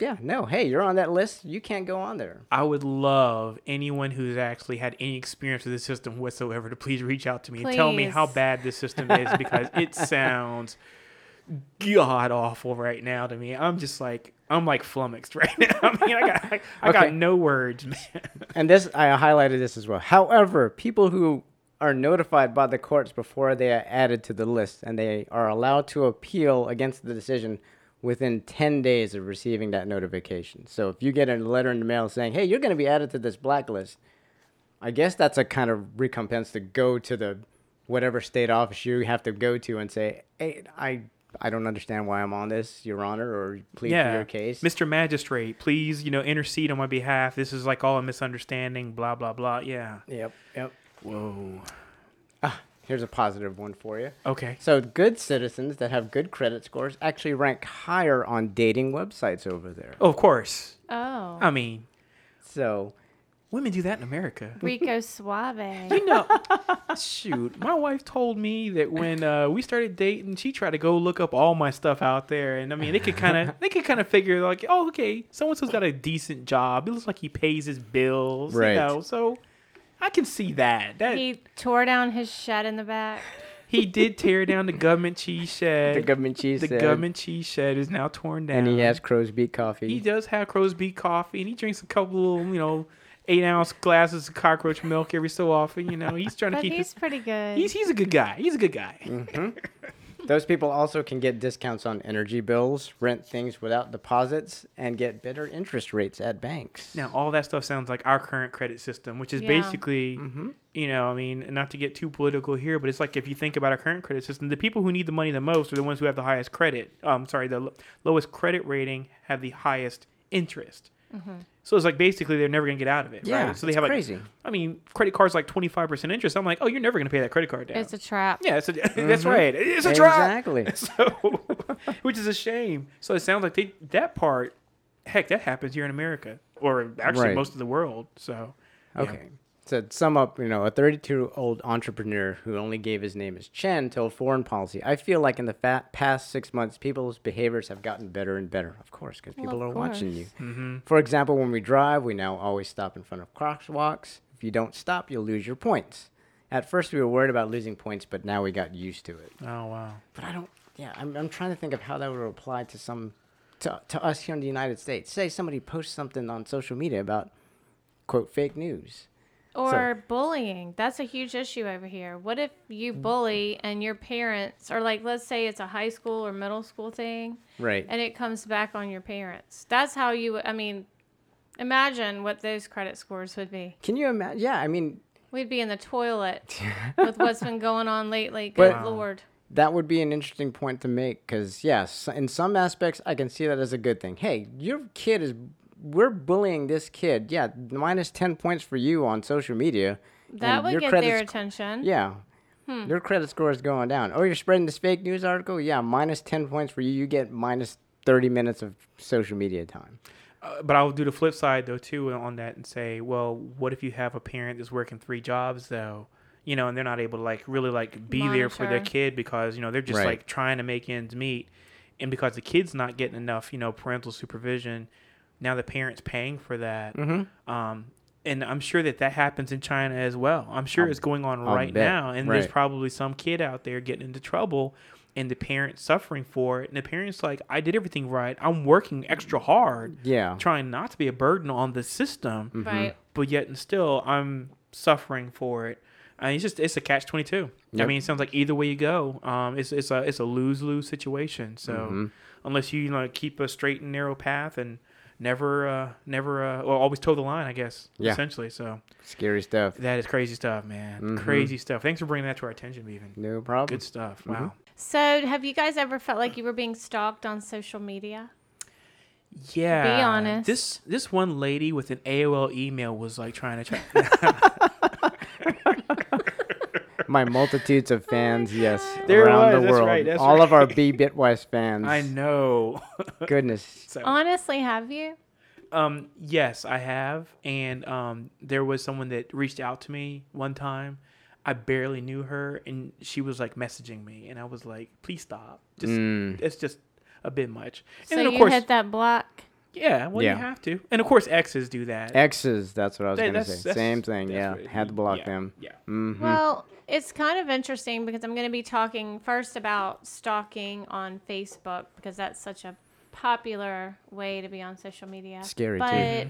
B: yeah no hey you're on that list you can't go on there
A: I would love anyone who's actually had any experience with this system whatsoever to please reach out to me and tell me how
C: Please.
A: bad this system is because it sounds god awful right now to me. I'm just like I'm like flummoxed right now. I mean, I got I, I
B: Okay.
A: got no words, man.
B: and this i highlighted this as well however people who are notified by the courts before they are added to the list and they are allowed to appeal against the decision within 10 days of receiving that notification so if you get a letter in the mail saying hey you're going to be added to this blacklist I guess that's a kind of recompense to go to the whatever state office you have to go to and say, "Hey, I I don't understand why I'm on this, Your Honor, or plead for
A: yeah,
B: your case.
A: Mr. Magistrate, please, you know, intercede on my behalf. This is like all a misunderstanding. Blah blah blah. Yeah.
B: Yep, yep.
A: Whoa.
B: Here's a positive one for you.
A: Okay.
B: So, good citizens that have good credit scores actually rank higher on dating websites over there.
A: Oh, of course.
C: Oh.
A: I mean,
B: So,
A: women do that in America.
C: Rico Suave.
A: You know, shoot. My wife told me that when uh, we started dating, she tried to go look up all my stuff out there, and I mean, they could kind of, they could kind of figure like, oh, okay, so and so's got a decent job. It looks like he pays his bills,
B: Right.
A: you know. So I can see that. That he,
C: He tore down his shed in the back.
A: did tear down the government cheese shed.
B: the government cheese
A: The
B: said,
A: government cheese shed is now torn down.
B: and he has crow's beak coffee.
A: He does have crow's beak coffee, and he drinks a couple, little, you know, eight ounce glasses of cockroach milk every so often. You know, he's trying to
C: But
A: keep
C: he's
A: his.
C: pretty good.
A: He's he's a good guy. He's a good guy.
B: Those people also can get discounts on energy bills, rent things without deposits, and get better interest rates at banks.
A: Now all that stuff sounds like our current credit system, which is
C: Yeah.
A: basically,
B: Mm-hmm.
A: you know, I mean, not to get too political here, but it's like if you think about our current credit system, the people who need the money the most are the ones who have the highest credit. Um, sorry, the l- lowest credit rating have the highest interest.
C: Mm-hmm.
A: So it's like basically they're never gonna get out of it.
B: Yeah,
A: right? so
B: it's
A: like,
B: crazy.
A: I mean, credit cards like twenty five percent interest. I'm like, oh, you're never gonna pay that credit card down.
C: it's a trap.
A: yeah, it's a, that's
B: Mm-hmm.
A: right. It's a trap.
B: exactly.
A: So, which is a shame. So it sounds like they, that part, heck, that happens here in America, or actually
B: Right.
A: most of the world. So, yeah.
B: Okay. So to sum up, you know, a 32-year-old entrepreneur who only gave his name as Chen told Foreign Policy, I feel like in the fa- past six months, people's behaviors have gotten better and better. Of course, because people
C: of
B: are watching you.
C: course.
B: For example, when we drive, we now always stop in front of crosswalks. If you don't stop, you'll lose your points. At first, we were worried about losing points, but now we got used to it.
A: Oh wow.
B: But I don't. Yeah, I'm, I'm trying to think of how that would apply to some to, to us here in the United States. Say somebody posts something on social media about quote fake news.
C: Or bullying. That's a huge issue over here. What if you
B: Mm.
C: bully and your parents, or like, let's say it's a high school or middle school thing,
B: Right.
C: and it comes back on your parents? That's how you, I mean, imagine what those credit scores would be.
B: Can you imagine? Yeah, I mean
C: We'd be in the toilet with what's been going on lately. Good
B: But-
C: Lord.
B: that would be an interesting point to make because yes, in some aspects I can see that as a good thing. Hey, your kid is we're bullying this kid. Yeah, minus ten points for you on social media.
C: That
B: and
C: would
B: your
C: get
B: credit
C: their
B: sc-
C: attention.
B: Yeah.
A: Hmm.
B: Your credit score is going down. Oh, you're spreading this fake news article? Yeah, minus 10 points for you. You get minus 30 minutes of social media time.
A: Uh, but I'll do the flip side though too on that and say, well, what if you have a parent that's working three jobs though? You know, and they're not able to like really like be there for their
C: Monitor.
A: kid because you know they're just
B: Right.
A: like trying to make ends meet, and because the kid's not getting enough you know parental supervision, now the parents paying for that.
B: Mm-hmm.
A: Um, and I'm sure that that happens in China as well. I'm sure it's going on
B: I'll
A: right
B: bet.
A: now, and there's
B: Right.
A: probably some kid out there getting into trouble, and the parents suffering for it. And the parents like, I did everything right. I'm working extra hard
B: Yeah.
A: trying not to be a burden on the system,
B: Mm-hmm.
C: Right.
A: but yet and still I'm suffering for it. And it's just it's a catch twenty two. I
B: Yep.
A: mean, it sounds like either way you go, um, it's it's a it's a lose lose situation. So
B: Mm-hmm.
A: unless you, you know keep a straight and narrow path and never uh, never uh, well always toe the line, I guess.
B: Yeah.
A: Essentially, so
B: Scary stuff.
A: that is crazy stuff, man.
B: Mm-hmm.
A: Crazy stuff. Thanks for bringing that to our attention, even.
B: No problem.
A: Good stuff.
B: Mm-hmm.
A: Wow.
C: So, have you guys ever felt like you were being stalked on social media?
A: Yeah.
C: honest.
A: This this one lady with an AOL email was like trying to try.
B: My multitudes of fans, yes,
A: Oh There
B: around
A: was,
B: the
A: that's
B: world.
A: right, that's
B: All of our
A: right.
B: B Bitwise fans.
A: I know.
B: Goodness.
A: So-
C: Honestly, have you?
A: Um, yes, I have. And um, there was someone that reached out to me one time. I barely knew her, and she was like messaging me, and I was like, "Please stop. Just
B: Mm.
A: it's just a bit much." And
C: So,
A: then of
C: you
A: course,
C: hit that block?
A: yeah, well,
B: Yeah.
A: you have to. And of course, exes do that.
B: X's, that's what I was
A: They-
B: going to
A: that's-
B: say.
A: that's-
B: Same thing,
A: that's
B: yeah.
A: what-
B: Had to block
A: yeah,
B: them. Mm.
A: Yeah.
C: Well, it's kind of interesting because I'm going to be talking first about stalking on Facebook because that's such a popular way to be on social media.
B: Scary, too.
C: but,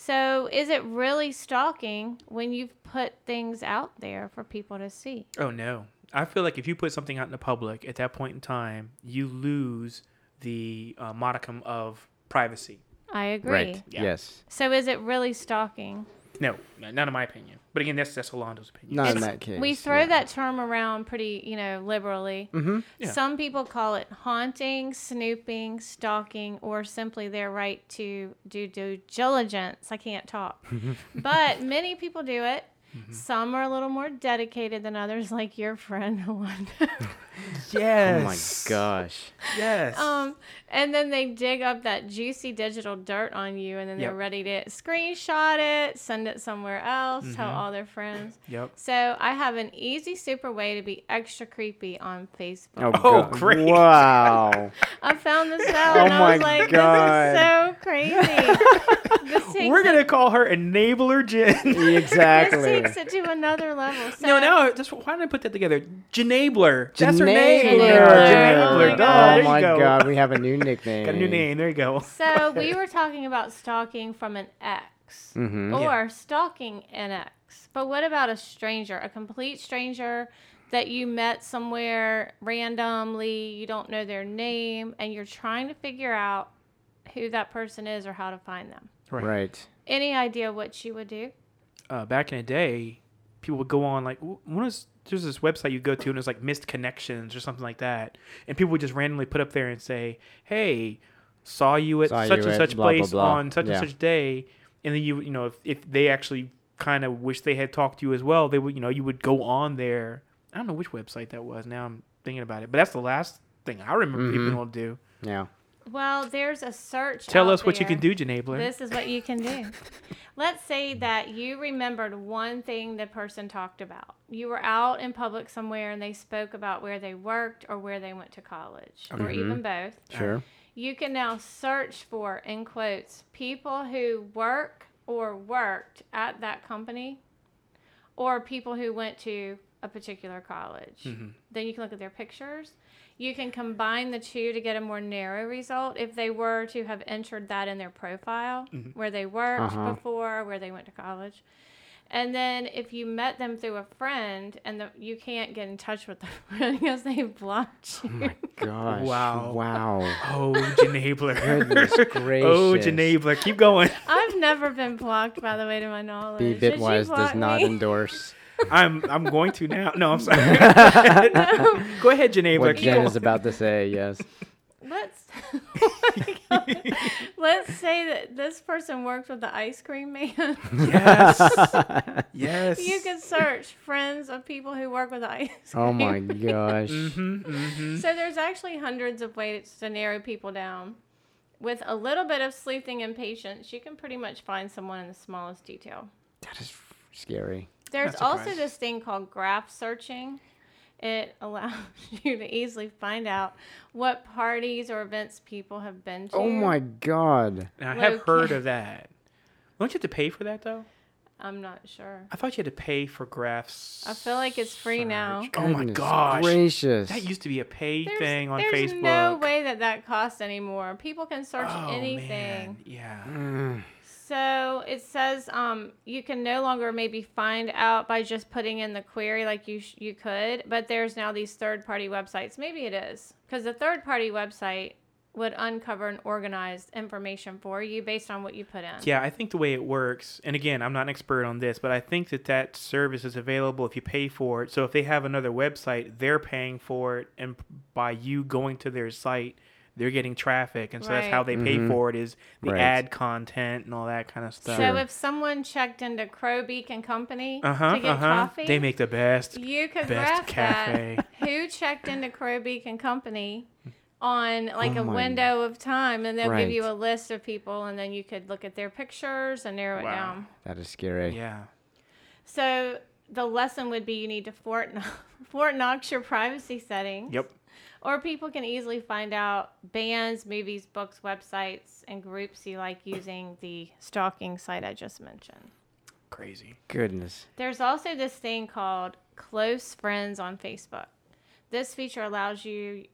C: So, is it really stalking when you've put things out there for people to see?
A: Oh no. I feel like if you put something out in the public at that point in time, you lose the uh, modicum of privacy.
C: I agree.
B: Right.
A: Yeah.
B: Yes.
C: So, is it really stalking?
A: No, no, not in my opinion. But again, that's that's Hollando's opinion.
B: Not in
C: It's-
B: that case.
C: We throw
B: yeah.
C: that term around pretty, you know, liberally. Mm-hmm.
A: Yeah.
C: Some people call it haunting, snooping, stalking, or simply their right to do due diligence. I can't talk, but many people do it. Some are a little more dedicated than others, like your friend one.
B: Oh my
A: Yes.
B: gosh.
A: Yes.
C: um, and then they dig up that juicy digital dirt on you, and then they're
A: Yep.
C: ready to screenshot it, send it somewhere else, tell all their friends.
A: yep.
C: So I have an easy, super way to be extra creepy on Facebook.
B: Oh,
A: Oh,
B: God.
A: great.
B: Wow.
C: I found this out,
B: Oh
C: and I was
B: my
C: like,
B: God.
C: "This is so crazy." This takes
A: We're
C: it,
A: gonna call her enabler Jen.
C: this
B: exactly.
C: takes it to another level. So
A: no, no. That's why did I put that together? Janabler. That's her name.
C: Janabler.
A: Janabler. Duh,
B: Enabler.
C: Oh my God.
A: there
B: Oh
A: you
B: my
A: go.
B: God. We have a new nickname.
A: Got a new name. There you go.
C: So we were talking about stalking from an ex,
B: Mm-hmm.
C: or stalking an ex. But what about a stranger, a complete stranger that you met somewhere randomly? You don't know their name, and you're trying to figure out who that person is or how to find them.
B: Right.
C: Any idea what you would do?
A: uh, back in the day, people would go on like w- one is there's this website you go to and it's like missed connections or something like that, and people would just randomly put up there and say, "Hey, saw you at
B: Saw
A: such
B: you
A: and
B: at
A: such
B: blah, blah,
A: place
B: blah."
A: on such
B: Yeah.
A: and such day," and then you you know if, if they actually kind of wish they had talked to you as well, they would you know you would go on there. I don't know which website that was. Now I'm thinking about it, but that's the last thing I remember
B: Mm-hmm.
A: people to do.
B: Yeah.
C: Well, there's a search.
A: Tell
C: out
A: us what you
C: there.
A: can do, Janabler.
C: This is what you can do. Let's say that you remembered one thing the person talked about. You were out in public somewhere and they spoke about where they worked or where they went to college or
A: Mm-hmm.
C: even both.
B: Sure.
C: You can now search for, in quotes, people who work or worked at that company or people who went to a particular college. Then you can look at their pictures. You can combine the two to get a more narrow result if they were to have entered that in their profile, where they worked
B: Uh-huh.
C: before, where they went to college. And then if you met them through a friend and the, you can't get in touch with them because they've blocked you.
B: Gosh.
A: Wow.
B: Wow.
A: oh, Janabler.
B: Goodness gracious.
A: oh, Janabler. Keep going.
C: I've never been blocked, by the way, to my knowledge.
B: Be
C: Did you
B: Bitwise does
C: block
B: not
C: me?
B: endorse
A: I'm I'm going to now. No, I'm sorry. Go ahead, Janabler.
B: what
A: Keep
B: Jen
A: going.
B: is about to say. Yes.
C: Let's oh let's say that this person worked with the ice cream man.
A: Yes. yes.
C: you can search friends of people who work with the ice cream.
B: Oh my gosh.
A: Mm-hmm.
C: So there's actually hundreds of ways to narrow people down. With a little bit of sleuthing and patience, you can pretty much find someone in the smallest detail.
B: That is scary.
C: There's
A: Not
C: also
A: surprised.
C: this thing called graph searching. It allows you to easily find out what parties or events people have been to.
B: Oh
A: Mm.
B: my god.
A: Now, I have
C: Low-key.
A: heard of that. Don't you have to pay for that though?
C: I'm not sure.
A: I thought you had to pay for graphs.
C: I feel like it's free now.
A: Oh my
B: Goodness
A: gosh.
B: Gracious.
A: That used to be a paid
C: There's,
A: thing on
C: there's
A: Facebook.
C: no way that that costs anymore. People can search
A: Oh,
C: anything.
A: Man. Yeah.
C: So it says um, you can no longer maybe find out by just putting in the query like you sh- you could, but there's now these third party websites. Maybe it is because the third party website would uncover and organize information for you based on what you put in.
A: Yeah, I think the way it works, and again, I'm not an expert on this, but I think that that service is available if you pay for it. So if they have another website, they're paying for it, and by you going to their site, they're getting traffic, and so that's
C: Right.
A: how they pay for it is the
B: Right.
A: ad content and all that kind of stuff.
C: So if someone checked into Crow Beak and Company
A: uh huh,
C: to get
A: uh huh.
C: coffee,
A: They make the best.
C: You could
A: Best
C: graph
A: cafe.
C: that. Who checked into Crow Beak and Company on like
B: Oh
C: a
B: my-
C: window of time, and they'll give you
B: Right.
C: a list of people, and then you could look at their pictures and narrow
A: Wow.
C: it down.
B: That is scary.
A: Yeah.
C: So the lesson would be you need to Fort Knox, Fort Knox your privacy settings,
A: Yep.
C: or people can easily find out bands, movies, books, websites, and groups you like using the stalking site I just mentioned.
A: Crazy.
B: Goodness.
C: There's also this thing called close friends on Facebook. This feature allows you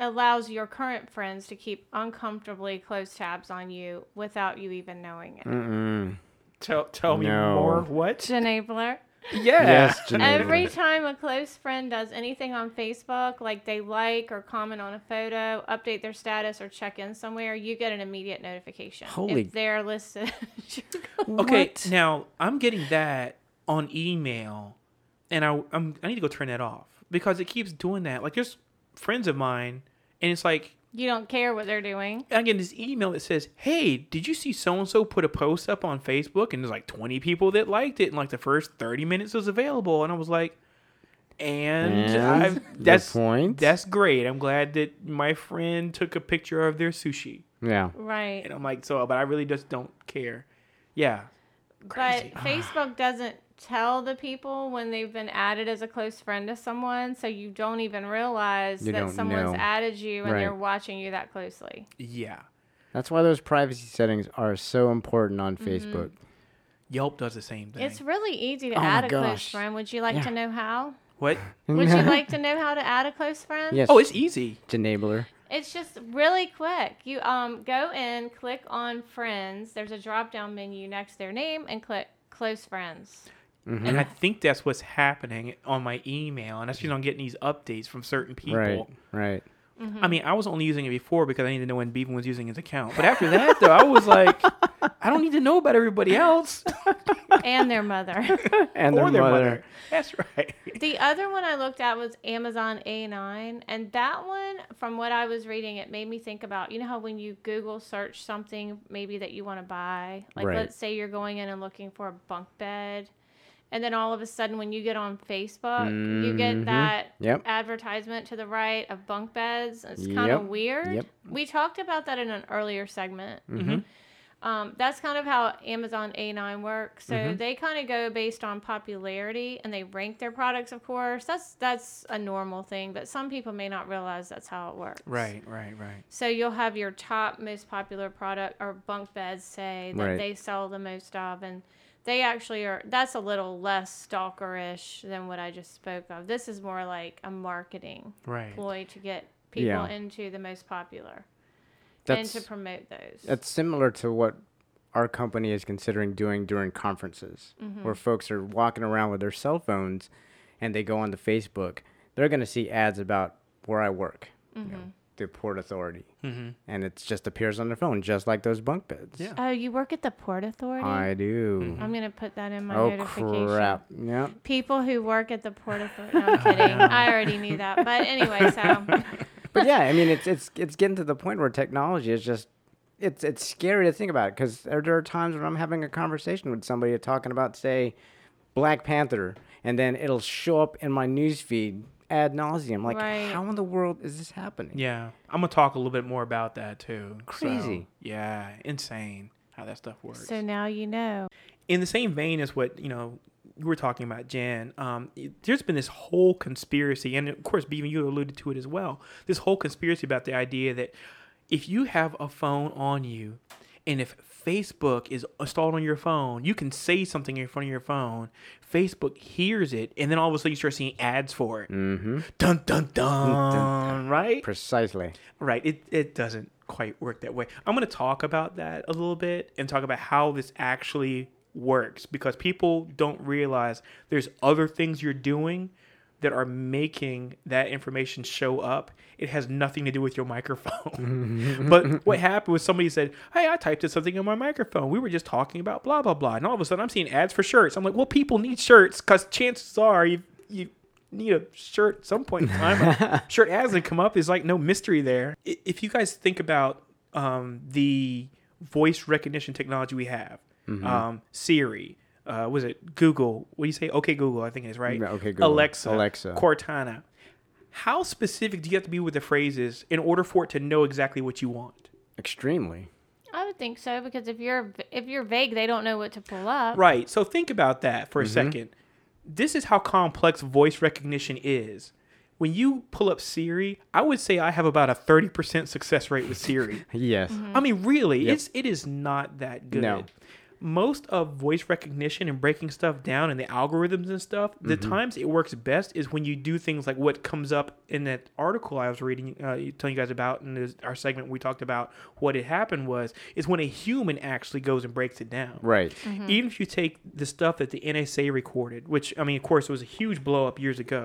C: allows your current friends to keep uncomfortably close tabs on you without you even knowing it.
A: Tell tell me
B: No.
A: more. What? Yeah.
C: Enabler.
E: Yes, Janine.
C: Every time a close friend does anything on Facebook, like they like or comment on a photo, update their status, or check in somewhere, you get an immediate notification.
B: Holy-
C: If they're listed.
A: Okay, now I'm getting that on email, and I I'm, I need to go turn that off because it keeps doing that. Like there's friends of mine, and it's like
C: you don't care what they're doing.
A: I get this email that says, "Hey, did you see so and so put a post up on Facebook?" And there's like 20 people that liked it, and like the first 30 minutes was available, and I was like, "And,
B: And
A: I've,
B: good
A: that's
B: point.
A: that's great. I'm glad that my friend took a picture of their sushi."
B: Yeah.
C: Right.
A: And I'm like, "So, but I really just don't care." Yeah, Crazy.
C: But Facebook doesn't tell the people when they've been added as a close friend to someone, so you don't even realize
B: You
C: that
B: don't
C: someone's
B: know.
C: added you and they're
B: Right.
C: watching you that closely.
A: yeah.
B: That's why those privacy settings are so important on
A: Mm-hmm.
B: Facebook.
A: Yelp does the same thing.
C: It's really easy to
B: Oh my
C: add a close
B: gosh.
C: friend. Would you like
B: Yeah.
C: to know how?
A: what?
C: Would you like to know how to add a close friend?
B: Yes.
A: Oh, it's easy.
B: it's enabler.
C: It's just really quick. You um go in, click on friends. There's a drop down menu next to their name and click close friends.
B: Mm-hmm.
A: And I think that's what's happening on my email. And that's because I'm getting these updates from certain people.
B: Right. Right.
A: I mean, I was only using it before because I needed to know when Beaven was using his account. But after that, though, I was like, I don't need to know about everybody else
C: and their mother.
B: And
A: or
B: their,
A: their mother.
B: mother.
A: That's right.
C: The other one I looked at was Amazon A9, and that one, from what I was reading, it made me think about you know how when you Google search something maybe that you want to buy, like
B: Right.
C: let's say you're going in and looking for a bunk bed, and then all of a sudden when you get on Facebook, you get that
B: Mm-hmm. Yep.
C: advertisement to the right of bunk beds. It's kind of
B: Yep.
C: weird.
B: Yep.
C: We talked about that in an earlier segment. Um, that's kind of how Amazon A9 works. So
B: Mm-hmm.
C: they kind of go based on popularity and they rank their products, of course. That's that's a normal thing, but some people may not realize that's how it works.
A: Right, right, right.
C: So you'll have your top most popular product or bunk beds say that
B: Right.
C: they sell the most of and they actually are that's a little less stalkerish than what I just spoke of. This is more like a marketing
A: Right.
C: ploy to get people
B: Yeah.
C: into the most popular
B: That's
C: and to promote those.
B: that's similar to what our company is considering doing during conferences, where folks are walking around with their cell phones, and they go onto Facebook. They're going to see ads about where I work, you know, the Port Authority, and it just appears on their phone, just like those bunk beds.
A: Yeah.
C: Oh, you work at the Port Authority?
B: I do.
C: I'm gonna put that in my
B: Oh
C: notification.
B: crap! Yeah,
C: People who work at the Port Authority. No, I'm kidding. I already knew that. But anyway, so
B: but yeah, I mean, it's it's it's getting to the point where technology is just it's it's scary to think about because there, there are times when I'm having a conversation with somebody talking about say Black Panther, and then it'll show up in my news feed ad nauseum. Like,
C: Right.
B: how in the world is this happening?
A: Yeah. I'm going to talk a little bit more about that, too. So,
B: Crazy.
A: yeah. Insane how that stuff works.
C: so now you know.
A: in the same vein as what you know you were talking about jan um, there's been this whole conspiracy and of course beaven you alluded to it as well this whole conspiracy about the idea that if you have a phone on you and if facebook is installed on your phone you can say something in front of your phone facebook hears it and then all of a sudden you start seeing ads for it mm-hmm. dun, dun, dun right
B: Precisely.
A: Right. It it doesn't quite work that way. I'm going to talk about that a little bit and talk about how this actually works because people don't realize there's other things you're doing that are making that information show up. It has nothing to do with your microphone. but what happened was somebody said, "Hey, I typed in something on my microphone. We were just talking about blah blah blah." And all of a sudden, I'm seeing ads for shirts. I'm like, "Well, people need shirts cuz chances are you you need a shirt at some point in time. a shirt ads that come up. There's like no mystery there. I- If you guys think about um, the voice recognition technology we have,
B: Mm-hmm.
A: um, Siri, uh, was it Google? What do you say? Okay, Google, I think it is, right?
B: Yeah, OK Google.
A: Alexa,
B: Alexa.
A: Cortana. How specific do you have to be with the phrases in order for it to know exactly what you want?
B: Extremely.
C: I would think so because if you're if you're vague, they don't know what to pull up.
A: Right. So think about that
B: Mm-hmm.
A: for a second. This is how complex voice recognition is. When you pull up Siri, I would say I have about a 30% success rate with Siri.
B: Yes.
A: Mm-hmm. I mean, really, it's it is not that good.
B: No.
A: most of voice recognition and breaking stuff down and the algorithms and stuff, the
B: Mm-hmm.
A: times it works best is when you do things like what comes up in that article I was reading, uh, telling you guys about in this, our segment we talked about what had happened was, is when a human actually goes and breaks it down.
B: Right.
A: Even if you take the stuff that the NSA recorded, which I mean, of course, it was a huge blow up years ago.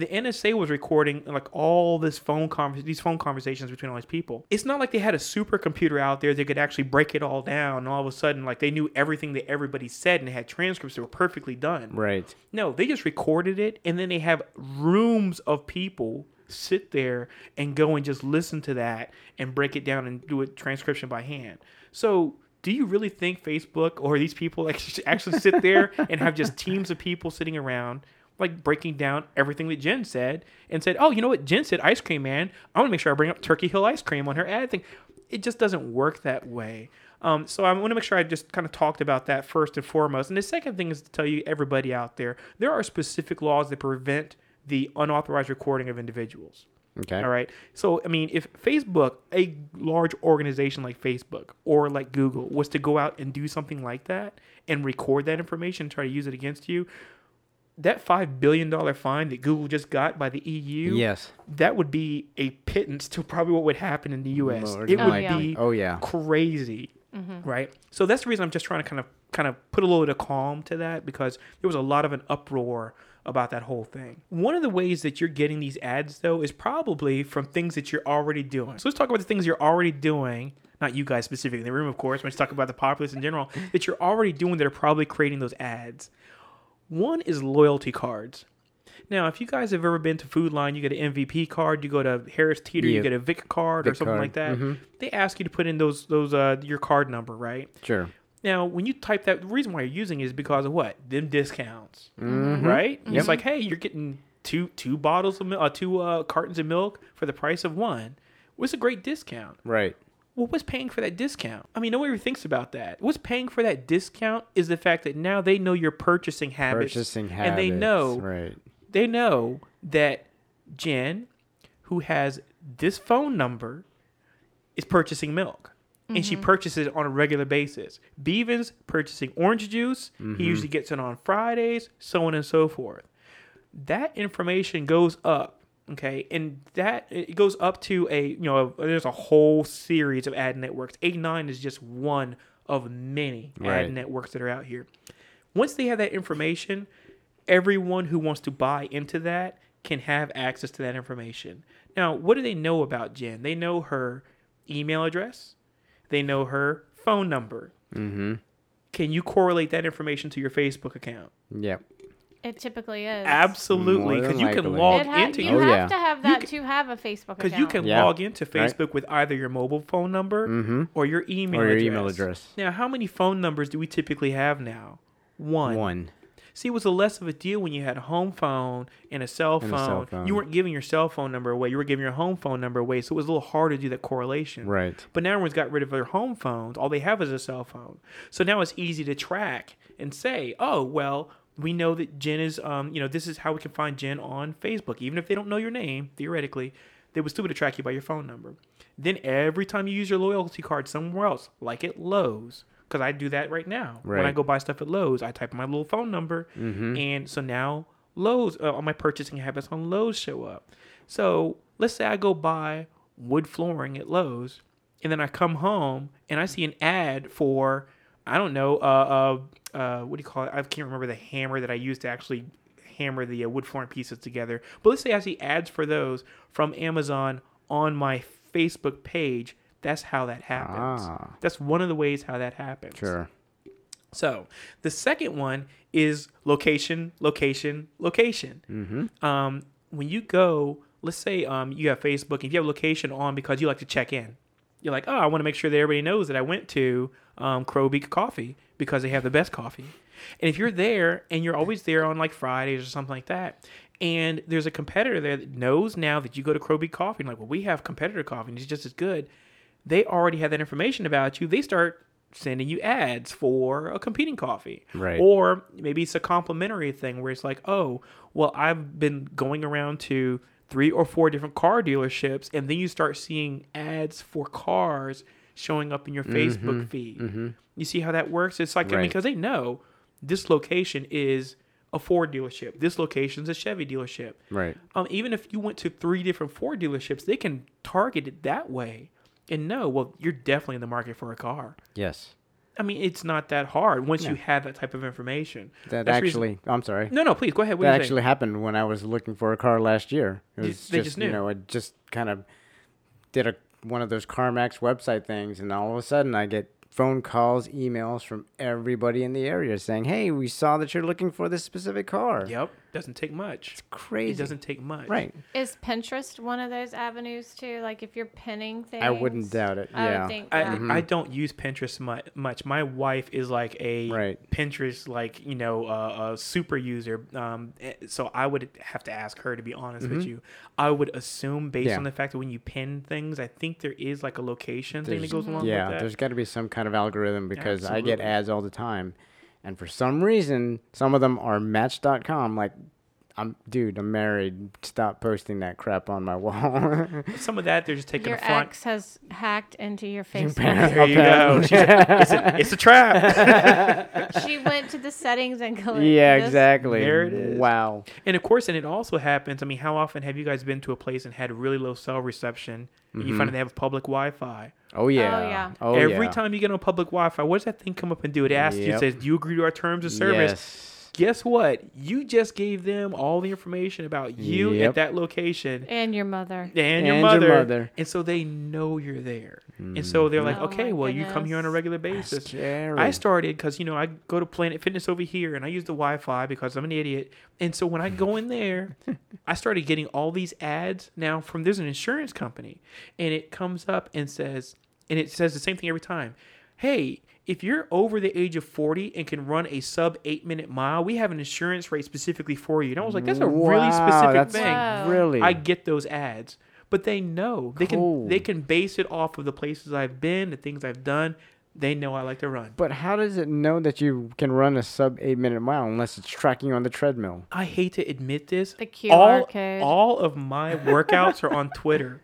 A: The NSA was recording like all this phone convers these phone conversations between all these people. It's not like they had a supercomputer out there that could actually break it all down. And all of a sudden, like they knew everything that everybody said and had transcripts that were perfectly done.
B: Right.
A: No, they just recorded it, and then they have rooms of people sit there and go and just listen to that and break it down and do a transcription by hand. So, do you really think Facebook or these people actually actually sit there and have just teams of people sitting around? Like breaking down everything that Jen said and said, Oh, you know what? Jen said ice cream, man. I want to make sure I bring up Turkey Hill ice cream on her ad thing. It just doesn't work that way. Um, so I want to make sure I just kind of talked about that first and foremost. And the second thing is to tell you, everybody out there, there are specific laws that prevent the unauthorized recording of individuals.
B: Okay.
A: All right. So, I mean, if Facebook, a large organization like Facebook or like Google, was to go out and do something like that and record that information, try to use it against you, that $5 billion fine that Google just got by the E EU,
B: Yes.
A: that would be a pittance to probably what would happen in the US.
B: Lord
A: it would
B: almighty.
A: be
B: Oh, yeah.
A: crazy, right? So that's the reason I'm just trying to kind of kind of put a little bit of calm to that because there was a lot of an uproar about that whole thing. One of the ways that you're getting these ads though is probably from things that you're already doing. So let's talk about the things you're already doing. Not you guys specifically in the room, of course. Let's talk about the populace in general that you're already doing that are probably creating those ads. One is loyalty cards. Now, if you guys have ever been to Food Line, you get an MVP card. You go to Harris Teeter, you
B: Yeah.
A: get a Vic card or
B: Vic
A: something
B: card. Mm-hmm.
A: like that. They ask you to put in those those uh, your card number, right?
B: Sure.
A: Now, when you type that, the reason why you're using it is because of what? Them discounts,
B: Mm-hmm.
A: right? It's like, hey, you're getting two two bottles of milk, uh, two uh, cartons of milk for the price of one. What's a great discount?
B: Right.
A: well, what's paying for that discount? I mean, nobody thinks about that. What's paying for that discount is the fact that now they know your purchasing habits.
B: Purchasing
A: And
B: habits.
A: they know
B: Right.
A: they know that Jen, who has this phone number, is purchasing milk. And she purchases it on a regular basis. Beavin's purchasing orange juice.
B: Mm-hmm.
A: He usually gets it on Fridays, so on and so forth. That information goes up, okay, and that it goes up to a you know there's a whole series of ad networks. Eight nine is just one of many
B: Right.
A: ad networks that are out here. Once they have that information, everyone who wants to buy into that can have access to that information. Now, what do they know about Jen? They know her email address, they know her phone number. Mm-hmm. Can you correlate that information to your Facebook account?
B: Yep.
C: It typically is.
A: Absolutely,
B: More than
A: because you can
B: likely.
A: log
C: It ha-
A: into
C: you
B: Oh,
C: have
B: yeah.
C: to have that to have a Facebook account.
A: because you can
B: Yeah.
A: log into
B: Right. Mm-hmm.
A: Facebook with either your mobile phone number or your email
B: Or your
A: address.
B: email address.
A: Now, how many phone numbers do we typically have now?
B: One.
A: See, it was a less of a deal when you had a home phone and a cell phone.
B: a cell phone.
A: You weren't giving your cell phone number away. You were giving your home phone number away. So it was a little hard to do that correlation.
B: Right.
A: But now everyone's got rid of their home phones. All they have is a cell phone. So now it's easy to track and say, oh, well, we know that Jen is, um, you know, this is how we can find Jen on Facebook. Even if they don't know your name, theoretically, they would still be able to track you by your phone number. Then every time you use your loyalty card somewhere else, like at Lowe's, because I do that right now. When I
B: Right.
A: go buy stuff at Lowe's, I type in my little phone number,
B: Mm-hmm.
A: and so now Lowe's, uh, all my purchasing habits on Lowe's show up. So let's say I go buy wood flooring at Lowe's, and then I come home and I see an ad for, I don't know, uh, uh, uh, what do you call it? I can't remember the hammer that I used to actually hammer the uh, wood flooring pieces together. But let's say I see ads for those from Amazon on my Facebook page. That's how that happens.
B: Ah.
A: That's one of the ways how that happens.
B: Sure.
A: So the second one is location, location, location. Um, when you go, let's say um, you have Facebook, if you have location on because you like to check in, you're like, oh, I want to make sure that everybody knows that I went to um, Crow Beak Coffee because they have the best coffee. And if you're there and you're always there on like Fridays or something like that, and there's a competitor there that knows now that you go to Crow Beak Coffee, and like, well, we have competitor coffee and it's just as good they already have that information about you. They start sending you ads for a competing coffee.
B: Right.
A: Or maybe it's a complimentary thing where it's like, oh, well, I've been going around to three or four different car dealerships, and then you start seeing ads for cars showing up in your Facebook feed. You see how that works? It's like, I mean,
B: Mm-hmm. Right.
A: because they know this location is a Ford dealership, this location's a Chevy dealership.
B: Right.
A: Um, even if you went to three different Ford dealerships, they can target it that way and know, well, you're definitely in the market for a car.
B: Yes.
A: I mean, it's not that hard once you have that type of information.
B: That
A: That's the reason-
B: actually, I'm sorry.
A: no, no, please go ahead. What
B: that
A: do you
B: actually happened when I was looking for a car last year. It
A: You-
B: was
A: they
B: just,
A: just knew.
B: you know, I just kind of did a one of those CarMax website things, and all of a sudden I get phone calls, emails from everybody in the area saying, "Hey, we saw that you're looking for this specific car."
A: think? Yep, doesn't take much.
B: Crazy.
A: It doesn't take much.
B: Right.
C: Is Pinterest one of those avenues too? Like if you're pinning things,
B: I wouldn't doubt it.
C: I would
B: yeah. mm-hmm.
C: think
A: I,
C: that.
A: I don't use Pinterest mu- much. My wife is like a
B: Right.
A: Pinterest, like you know, uh, a super user. Um, eh, so I would have to ask her to be honest with you. I would assume based
B: Mm-hmm. Yeah.
A: on the fact that when you pin things, I think there is like a location thing that
B: There's-
A: goes along
B: yeah,
A: with
B: there's
A: that.
B: got to be some kind of algorithm because I get
A: Absolutely.
B: ads all the time, and for some reason, some of them are Match.com. Like, I'm dude, I'm married. Stop posting that crap on my wall.
A: Some of that they're just taking
C: your
A: a front.
C: ex has hacked into your Facebook.
B: Apparently.
A: There you go. She's it's, a, it's a trap.
C: she went to the settings and collected.
B: yeah,
C: this.
B: exactly.
A: There it is.
B: Wow.
A: and of course, and it also happens. I mean, how often have you guys been to a place and had really low cell reception? and You find out they have public Wi-Fi.
B: Oh yeah.
C: yeah.
B: Mm-hmm. Oh,
A: Every
B: yeah.
A: time you get on public Wi-Fi, what does that thing come up and do? It asks you, it
B: Yep.
A: says, "Do you agree to our terms of service?"
B: Yes.
A: Guess what? You just gave them all the information about you at
B: Yep.
A: that location
C: And your mother.
A: and, your,
B: And your
A: mother,
B: mother. Mm-hmm.
A: and so they know you're there, and so they're like,
C: Oh my
A: "Okay, well, you come here on a
C: goodness.
A: regular basis."
B: scary.
A: I started because you know I go to Planet Fitness over here, and I use the Wi-Fi because I'm an idiot, and so when I go in there, I started getting all these ads now from there's an insurance company, and it comes up and says, and it says the same thing every time, "Hey." If you're over the age of 40 and can run a sub eight minute mile, we have an insurance rate specifically for you. And I was like, that's a really
B: Wow,
A: specific
B: that's
A: thing.
C: Wow.
B: Really.
A: I get those ads, but they know they
B: Cool.
A: can they can base it off of the places I've been, the things I've done. They know I like to run.
B: but how does it know that you can run a sub eight minute mile unless it's tracking you on the treadmill?
A: I hate to admit this.
C: The QR
A: all,
C: code.
A: All of my workouts are on Twitter.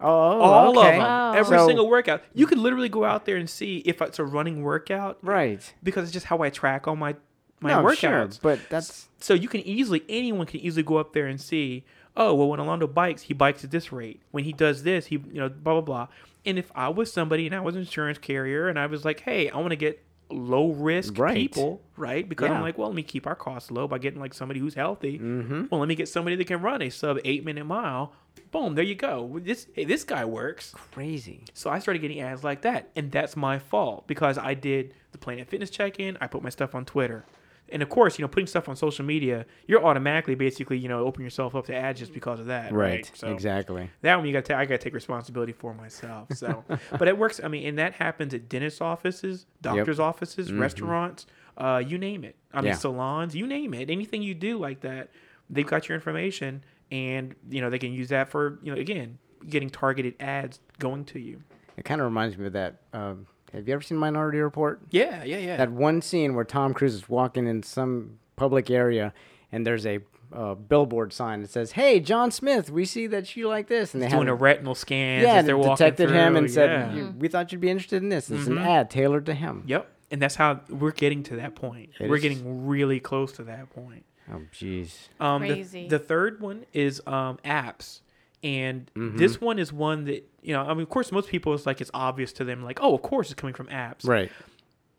B: Oh, oh,
A: All
B: okay.
A: of them.
C: Wow.
A: Every
B: So-
A: single workout. You could literally go out there and see if it's a running workout,
B: Right.
A: Because it's just how I track all my my
B: no,
A: workouts.
B: sure, but that's
A: So you can easily, anyone can easily go up there and see, oh, well, when Alondo bikes, he bikes at this rate. When he does this, he, you know, blah, blah, blah. And if I was somebody and I was an insurance carrier and I was like, hey, I want to get low risk
B: Right.
A: people, right? Because I'm
B: Yeah.
A: like, well, let me keep our costs low by getting like somebody who's healthy.
B: Mm-hmm.
A: Well, let me get somebody that can run a sub eight minute mile. Boom, there you go. This hey, this guy works.
B: crazy.
A: So I started getting ads like that, and that's my fault because I did the Planet Fitness check-in. I put my stuff on Twitter, and of course, you know, putting stuff on social media, you're automatically basically you know open yourself up to ads just because of that. Right.
B: Right.
A: So
B: Exactly.
A: That one you got. to I got to take responsibility for myself. So, but it works. I mean, and that happens at dentist offices, doctors' offices, restaurants, uh, you name it. I mean,
B: Mm-hmm. Yeah.
A: salons, you name it. Anything you do like that, they've got your information, and you know they can use that for you know again getting targeted ads going to you.
B: It kind of reminds me of that. Um, have you ever seen Minority Report?
A: Yeah, yeah, yeah.
B: that one scene where Tom Cruise is walking in some public area and there's a uh, billboard sign that says, "Hey, John Smith, we see that you like this," and they
A: doing
B: had
A: a retinal scan.
B: yeah,
A: as
B: they
A: they're walking
B: detected him
A: through,
B: and said,
A: yeah. Mm-hmm.
B: "You- "We thought you'd be interested in this." It's an ad tailored to him.
A: "Yep." And that's how we're getting to that point.
B: It
A: we're
B: is-
A: getting really close to that point.
B: Oh, jeez.
A: Um, the-
C: Crazy.
A: The, third one is um, apps, and
B: Mm-hmm.
A: this one is one that you know. I mean, of course, most people it's like it's obvious to them, like, oh, of course, it's coming from apps.
B: Right.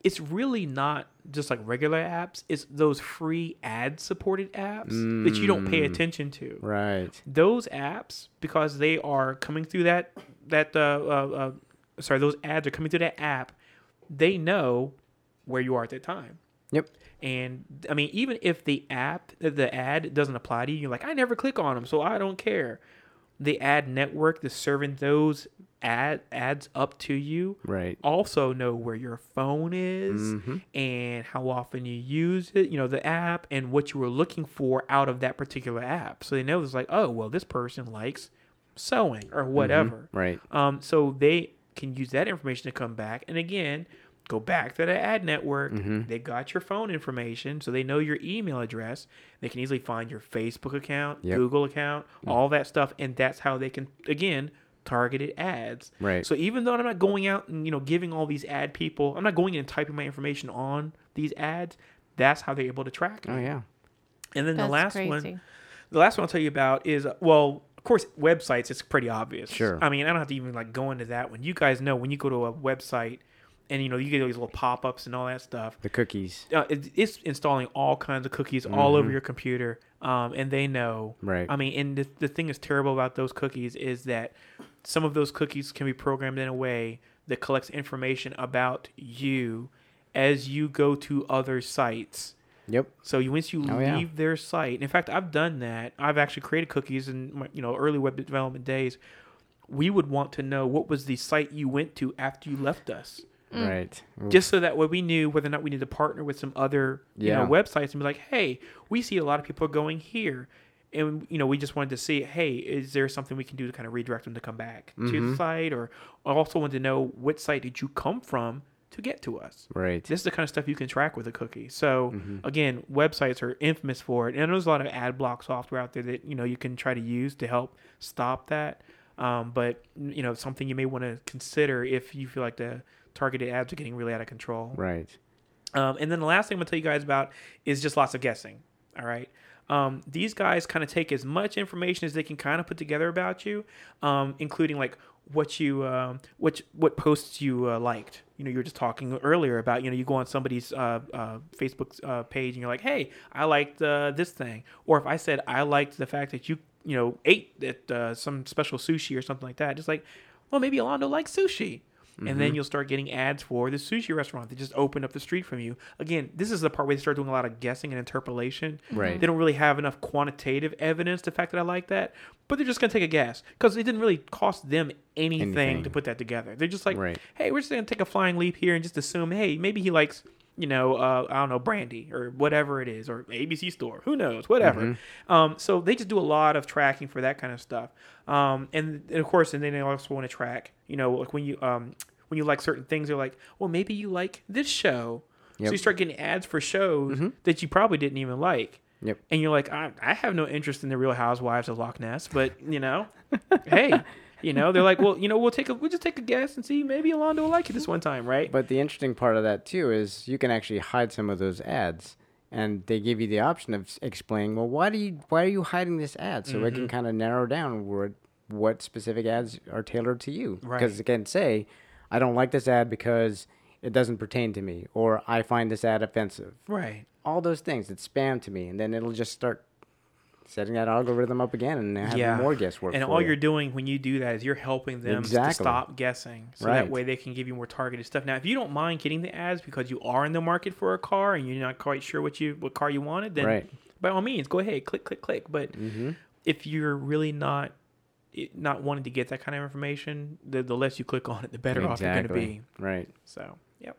A: It's really not just like regular apps. It's those free ad-supported apps that you don't
B: Mm.
A: pay attention to.
B: Right.
A: those apps because they are coming through that that uh, uh, uh sorry those ads are coming through that app they know where you are at that time
B: Yep.
A: and i mean even if the app the ad doesn't apply to you you're like i never click on them so i don't care the ad network that's serving those ad ads up to you
B: Right.
A: also know where your phone is and how often you use it, you know, the app and what you were looking for out of that particular app. So they know it's like, oh, well, this person likes sewing or whatever.
B: Right.
A: Um, so they can use that information to come back and again go back to the ad network.
B: Mm-hmm.
A: They got your phone information, so they know your email address. They can easily find your Facebook account,
B: Yep. Mm.
A: Google account, all that stuff, and that's how they can again targeted ads.
B: Right.
A: So even though I'm not going out and you know giving all these ad people, I'm not going in and typing my information on these ads. That's how they're able to track. me.
B: Oh yeah.
A: And then
C: That's
A: the last
C: crazy.
A: one, the last one I'll tell you about is uh, well, of course, websites. It's pretty obvious.
B: Sure.
A: I mean, I don't have to even like go into that one. You guys know when you go to a website, and you know you get all these little pop ups and all that stuff.
B: The cookies.
A: Uh, it, it's installing all kinds of cookies all over your computer, um, and they know.
B: Mm-hmm. Right.
A: I mean, and the, the thing that's terrible about those cookies is that some of those cookies can be programmed in a way that collects information about you as you go to other sites.
B: Yep.
A: So you, once you
B: Oh,
A: leave
B: yeah.
A: their site, in fact, I've done that. I've actually created cookies in my, you know early web development days. We would want to know what was the site you went to after you left us,
B: Right. Ooh,
A: just so that way we knew whether or not we needed to partner with some other you
B: Yeah.
A: know websites and be like, hey, we see a lot of people going here, and you know we just wanted to see, hey, is there something we can do to kind of redirect them to come back
B: Mm-hmm.
A: to the site, or I also wanted to know what site did you come from to get to us.
B: Right.
A: This is the kind of stuff you can track with a cookie. So again, websites are infamous for it, and there's a lot of ad block software out there that you know you can try to use to help stop that. Um, but you know, something you may want to consider if you feel like the targeted ads are getting really out of control.
B: Right.
A: Um, and then the last thing I'm gonna tell you guys about is just lots of guessing. All right. Um, these guys kind of take as much information as they can kind of put together about you, um, including like what you um, what what posts you uh, liked. You know, you were just talking earlier about you know you go on somebody's uh, uh, Facebook uh, page and you're like, hey, I liked uh, this thing, or if I said I liked the fact that you you know ate at uh, some special sushi or something like that, just like, well, maybe Alondo likes sushi and
B: Mm-hmm.
A: then you'll start getting ads for the sushi restaurant that just opened up the street from you. Again, this is the part where they start doing a lot of guessing and interpolation.
B: Right.
A: They don't really have enough quantitative evidence the fact that I like that, but they're just gonna take a guess because it didn't really cost them anything,
B: Anything.
A: to put that together. They're just like,
B: Right.
A: hey, we're just gonna take a flying leap here and just assume, hey, maybe he likes. You know, uh, I don't know, brandy or whatever it is, or ABC store, who knows, whatever.
B: Mm-hmm.
A: Um, so they just do a lot of tracking for that kind of stuff. Um, and, and of course, and then they also want to track, you know, like when you um, when you like certain things, they're like, well, maybe you like this show. So
B: Yep. Mm-hmm.
A: you start getting ads for shows that you probably didn't even like.
B: Yep.
A: And you're like, I, I have no interest in the Real Housewives of Loch Ness, but you know, hey, you know, they're like, well, you know, we'll take a we'll just take a guess and see maybe Alondo will like it this one time, right?
B: But the interesting part of that too is you can actually hide some of those ads, and they give you the option of s- explaining, well, why do you why are you hiding this ad? So
A: Mm-hmm.
B: it can kind of narrow down what what specific ads are tailored to you,
A: Right.
B: Because it can say, I don't like this ad because it doesn't pertain to me, or I find this ad offensive.
A: right.
B: All those things, it's spam to me, and then it'll just start setting that algorithm up again and having more guesswork.
A: And
B: for
A: all
B: you.
A: you're doing when you do that is you're helping them to
B: Exactly.
A: stop guessing, so
B: Right.
A: that way they can give you more targeted stuff. Now, if you don't mind getting the ads because you are in the market for a car and you're not quite sure what you what car you wanted, then
B: Right. Mm-hmm.
A: by all means, go ahead, click, click, click. But if you're really not it- not wanting to get that kind of information, the, the less you click on it, the better off you're
B: exactly
A: going to be.
B: right.
A: So, yep.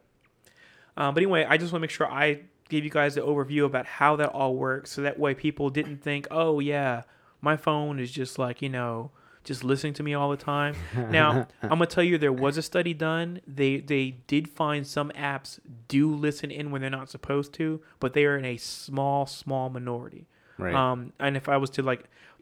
A: Um, but anyway, I just want to make sure I gave you guys the overview about how that all works, so that way people didn't think, "Oh yeah, my phone is just like you know, just listening to me all the time." Now, I'm gonna tell you, there was a study done. They they did find some apps do listen in when they're not supposed to, but they are in a small small minority.
B: Right.
A: Um, and if I was to like,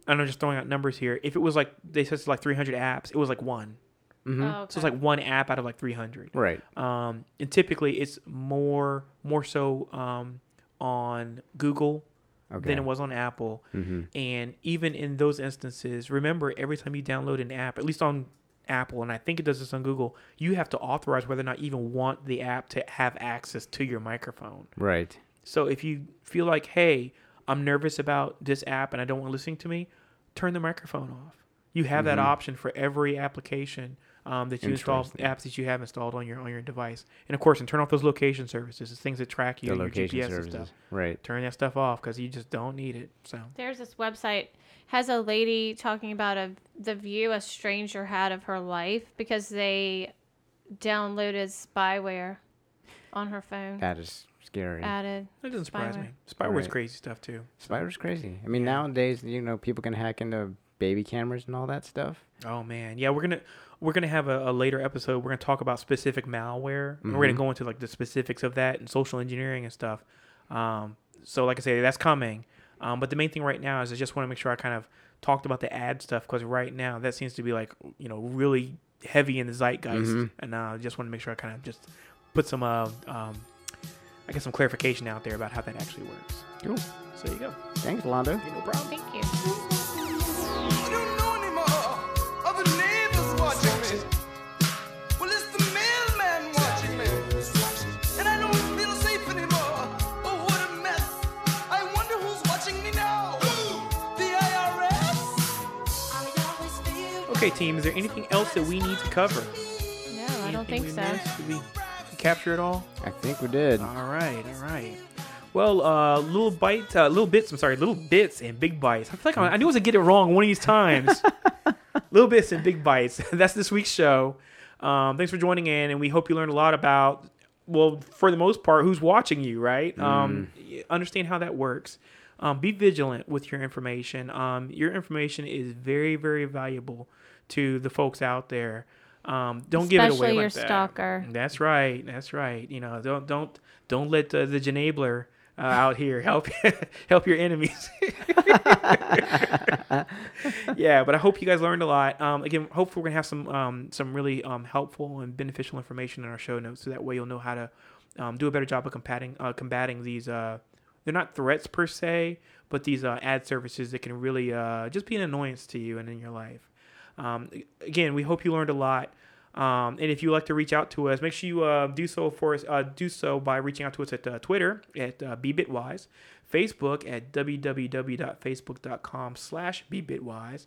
A: I don't know, just throwing out numbers here. If it was like they said it's like 300 apps, it was like one.
C: Oh,
A: Mm-hmm. So it's
C: okay.
A: like one app out of like 300
B: Right.
A: um, and typically it's more more so um, on Google
B: Okay.
A: than it was on Apple. And even in those instances, remember every time you download an app, at least on Apple, and I think it does this on Google, you have to authorize whether or not you even want the app to have access to your microphone.
B: Right.
A: So if you feel like, hey, I'm nervous about this app and I don't want listening to me, turn the microphone off. You have that option for every application um, that you install,
B: Mm-hmm. Interesting.
A: apps that you have installed on your on your device, and of course, and turn off those location services, it's things that track you,
B: The
A: and your
B: location
A: GPS and
B: services.
A: stuff.
B: Right.
A: Turn that stuff off because you just don't need it. So
C: There's this website has a lady talking about a the view a stranger had of her life because they downloaded spyware on her phone.
B: That is scary.
A: Uh,
C: Added.
A: that doesn't surprise
C: Spyware.
A: me. Spyware's
B: Right.
A: crazy stuff too.
B: Spider's crazy. I mean, nowadays, you know, people can hack into baby cameras and all that stuff.
A: Oh man, yeah, we're gonna we're gonna have a, a later episode. We're gonna talk about specific malware. And we're gonna go into like the specifics of that and social engineering and stuff. Um, so like I say, that's coming. Um, but the main thing right now is I just want to make sure I kind of talked about the ad stuff because right now that seems to be like you know really heavy in the zeitgeist, and uh, I just want to make sure I kind of just put some uh, um, I guess some clarification out there about how that actually works.
B: Cool.
A: So there you go.
B: Thanks, Londo.
A: Ain't no problem.
C: Thank you.
D: I don't know anymore. Other neighbors watching me. Well, it's the mailman watching me. And I don't feel safe anymore. Oh, what a mess. I wonder who's watching me now. The IRS?
A: Okay, team. Is there anything else that we need to cover?
C: No, I don't
A: Anything
C: think so.
A: we missed? Did we capture it all?
B: I think we did.
A: All right, all right. Well, uh, little bites, uh, little bits. I'm sorry, little bits and big bites. I feel like I, I knew I was gonna get it wrong one of these times. little bits and big bites. That's this week's show. Um, thanks for joining in, and we hope you learned a lot about. Well, for the most part, who's watching you, right? Um, y- understand how that works. Um, be vigilant with your information. Um, your information is very, very valuable to the folks out there. Um, don't give it away like
C: Especially your
A: that.
C: stalker.
A: That's right. That's right. You know, don't don't don't let uh, the genabler uh, out here help help your enemies. yeah, but I hope you guys learned a lot. Um, again, hopefully we're gonna have some um, some really um, helpful and beneficial information in our show notes, so that way you'll know how to um, do a better job of combating uh, combating these. Uh, they're not threats per se, but these uh, ad services that can really uh, just be an annoyance to you and in your life. Um, again, we hope you learned a lot. Um, and if you like to reach out to us, make sure you uh, do so for us. Uh, do so by reaching out to us at uh, Twitter at uh, bbitwise, Facebook at www.facebook.com slash bbitwise,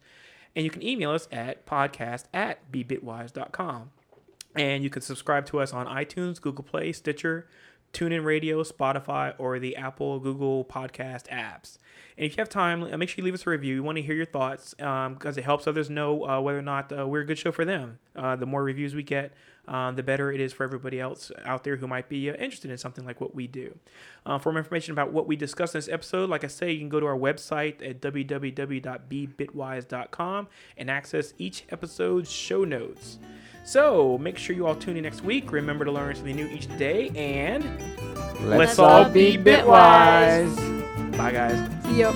A: and you can email us at podcast at bbitwise.com. And you can subscribe to us on iTunes, Google Play, Stitcher, TuneIn Radio, Spotify, or the Apple, Google Podcast apps. And if you have time, uh, make sure you leave us a review. We want to hear your thoughts because it helps others know uh, whether or not uh, we're a good show for them. Uh, the more reviews we get, uh, the better it is for everybody else out there who might be uh, interested in something like what we do. Uh, for more information about what we discussed in this episode, like I say, you can go to our website at www.bbitwise.com and access each episode's show notes. So make sure you all tune in next week. Remember to learn something new each day, and Let's all
C: be bitwise.
A: bye, guys.
B: Yep.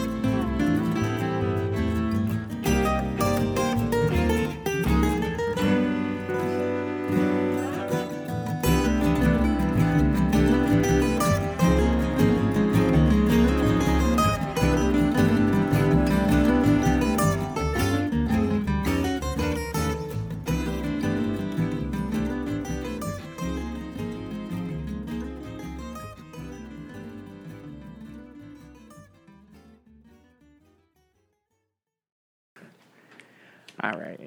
A: All right,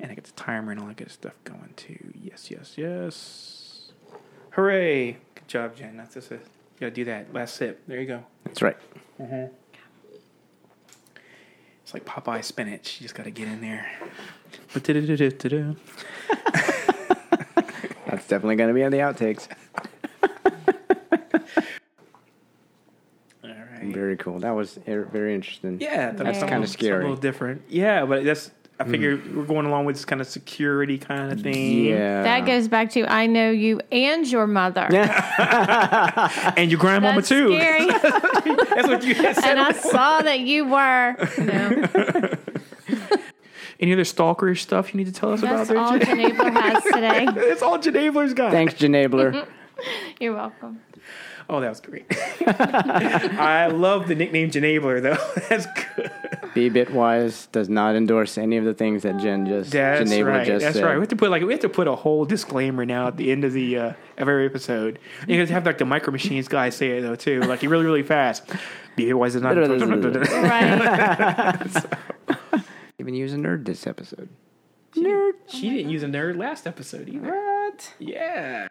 A: and I get the timer and all that good stuff going too. Yes, yes, yes. Hooray! Good job, Jen. That's just a you gotta do that last sip. There you go.
B: That's right.
A: It's like Popeye spinach. You just gotta get in there. Ba-da-da-da-da-da.
B: That's definitely going to be on the outtakes.
A: All right.
B: Very cool. That was er- very interesting.
A: Yeah, I thought it was
C: That's
A: something- something
B: kinda scary.
A: A little different. Yeah, but that's. I figure we're going along with this kind of security kind of thing.
B: Yeah.
C: That goes back to I know you and your mother.
A: And your grandmama
C: That's
A: too.
C: scary.
A: That's what you had said.
C: and I saw that you were. No,
A: Any other stalkerish stuff you need to tell us about
C: that's
A: there,
C: all
A: Jen?
C: Geneva has today.
A: That's all Janabler's got.
B: Thanks, Janabler.
C: You're welcome.
A: Oh, that was great. I love the nickname Janabler, though. That's good.
B: be bitwise does not endorse any of the things that Jen just
A: That's
B: Janabler
A: right.
B: just
A: That's
B: said.
A: right. We have to put like we have to put a whole disclaimer now at the end of the uh, of every episode. You have to have like the micro machines guy say it though too, like really really fast. Be wise not.
C: Right.
B: Even use a nerd this episode.
A: She didn't use a nerd last episode either.
B: What?
A: Yeah.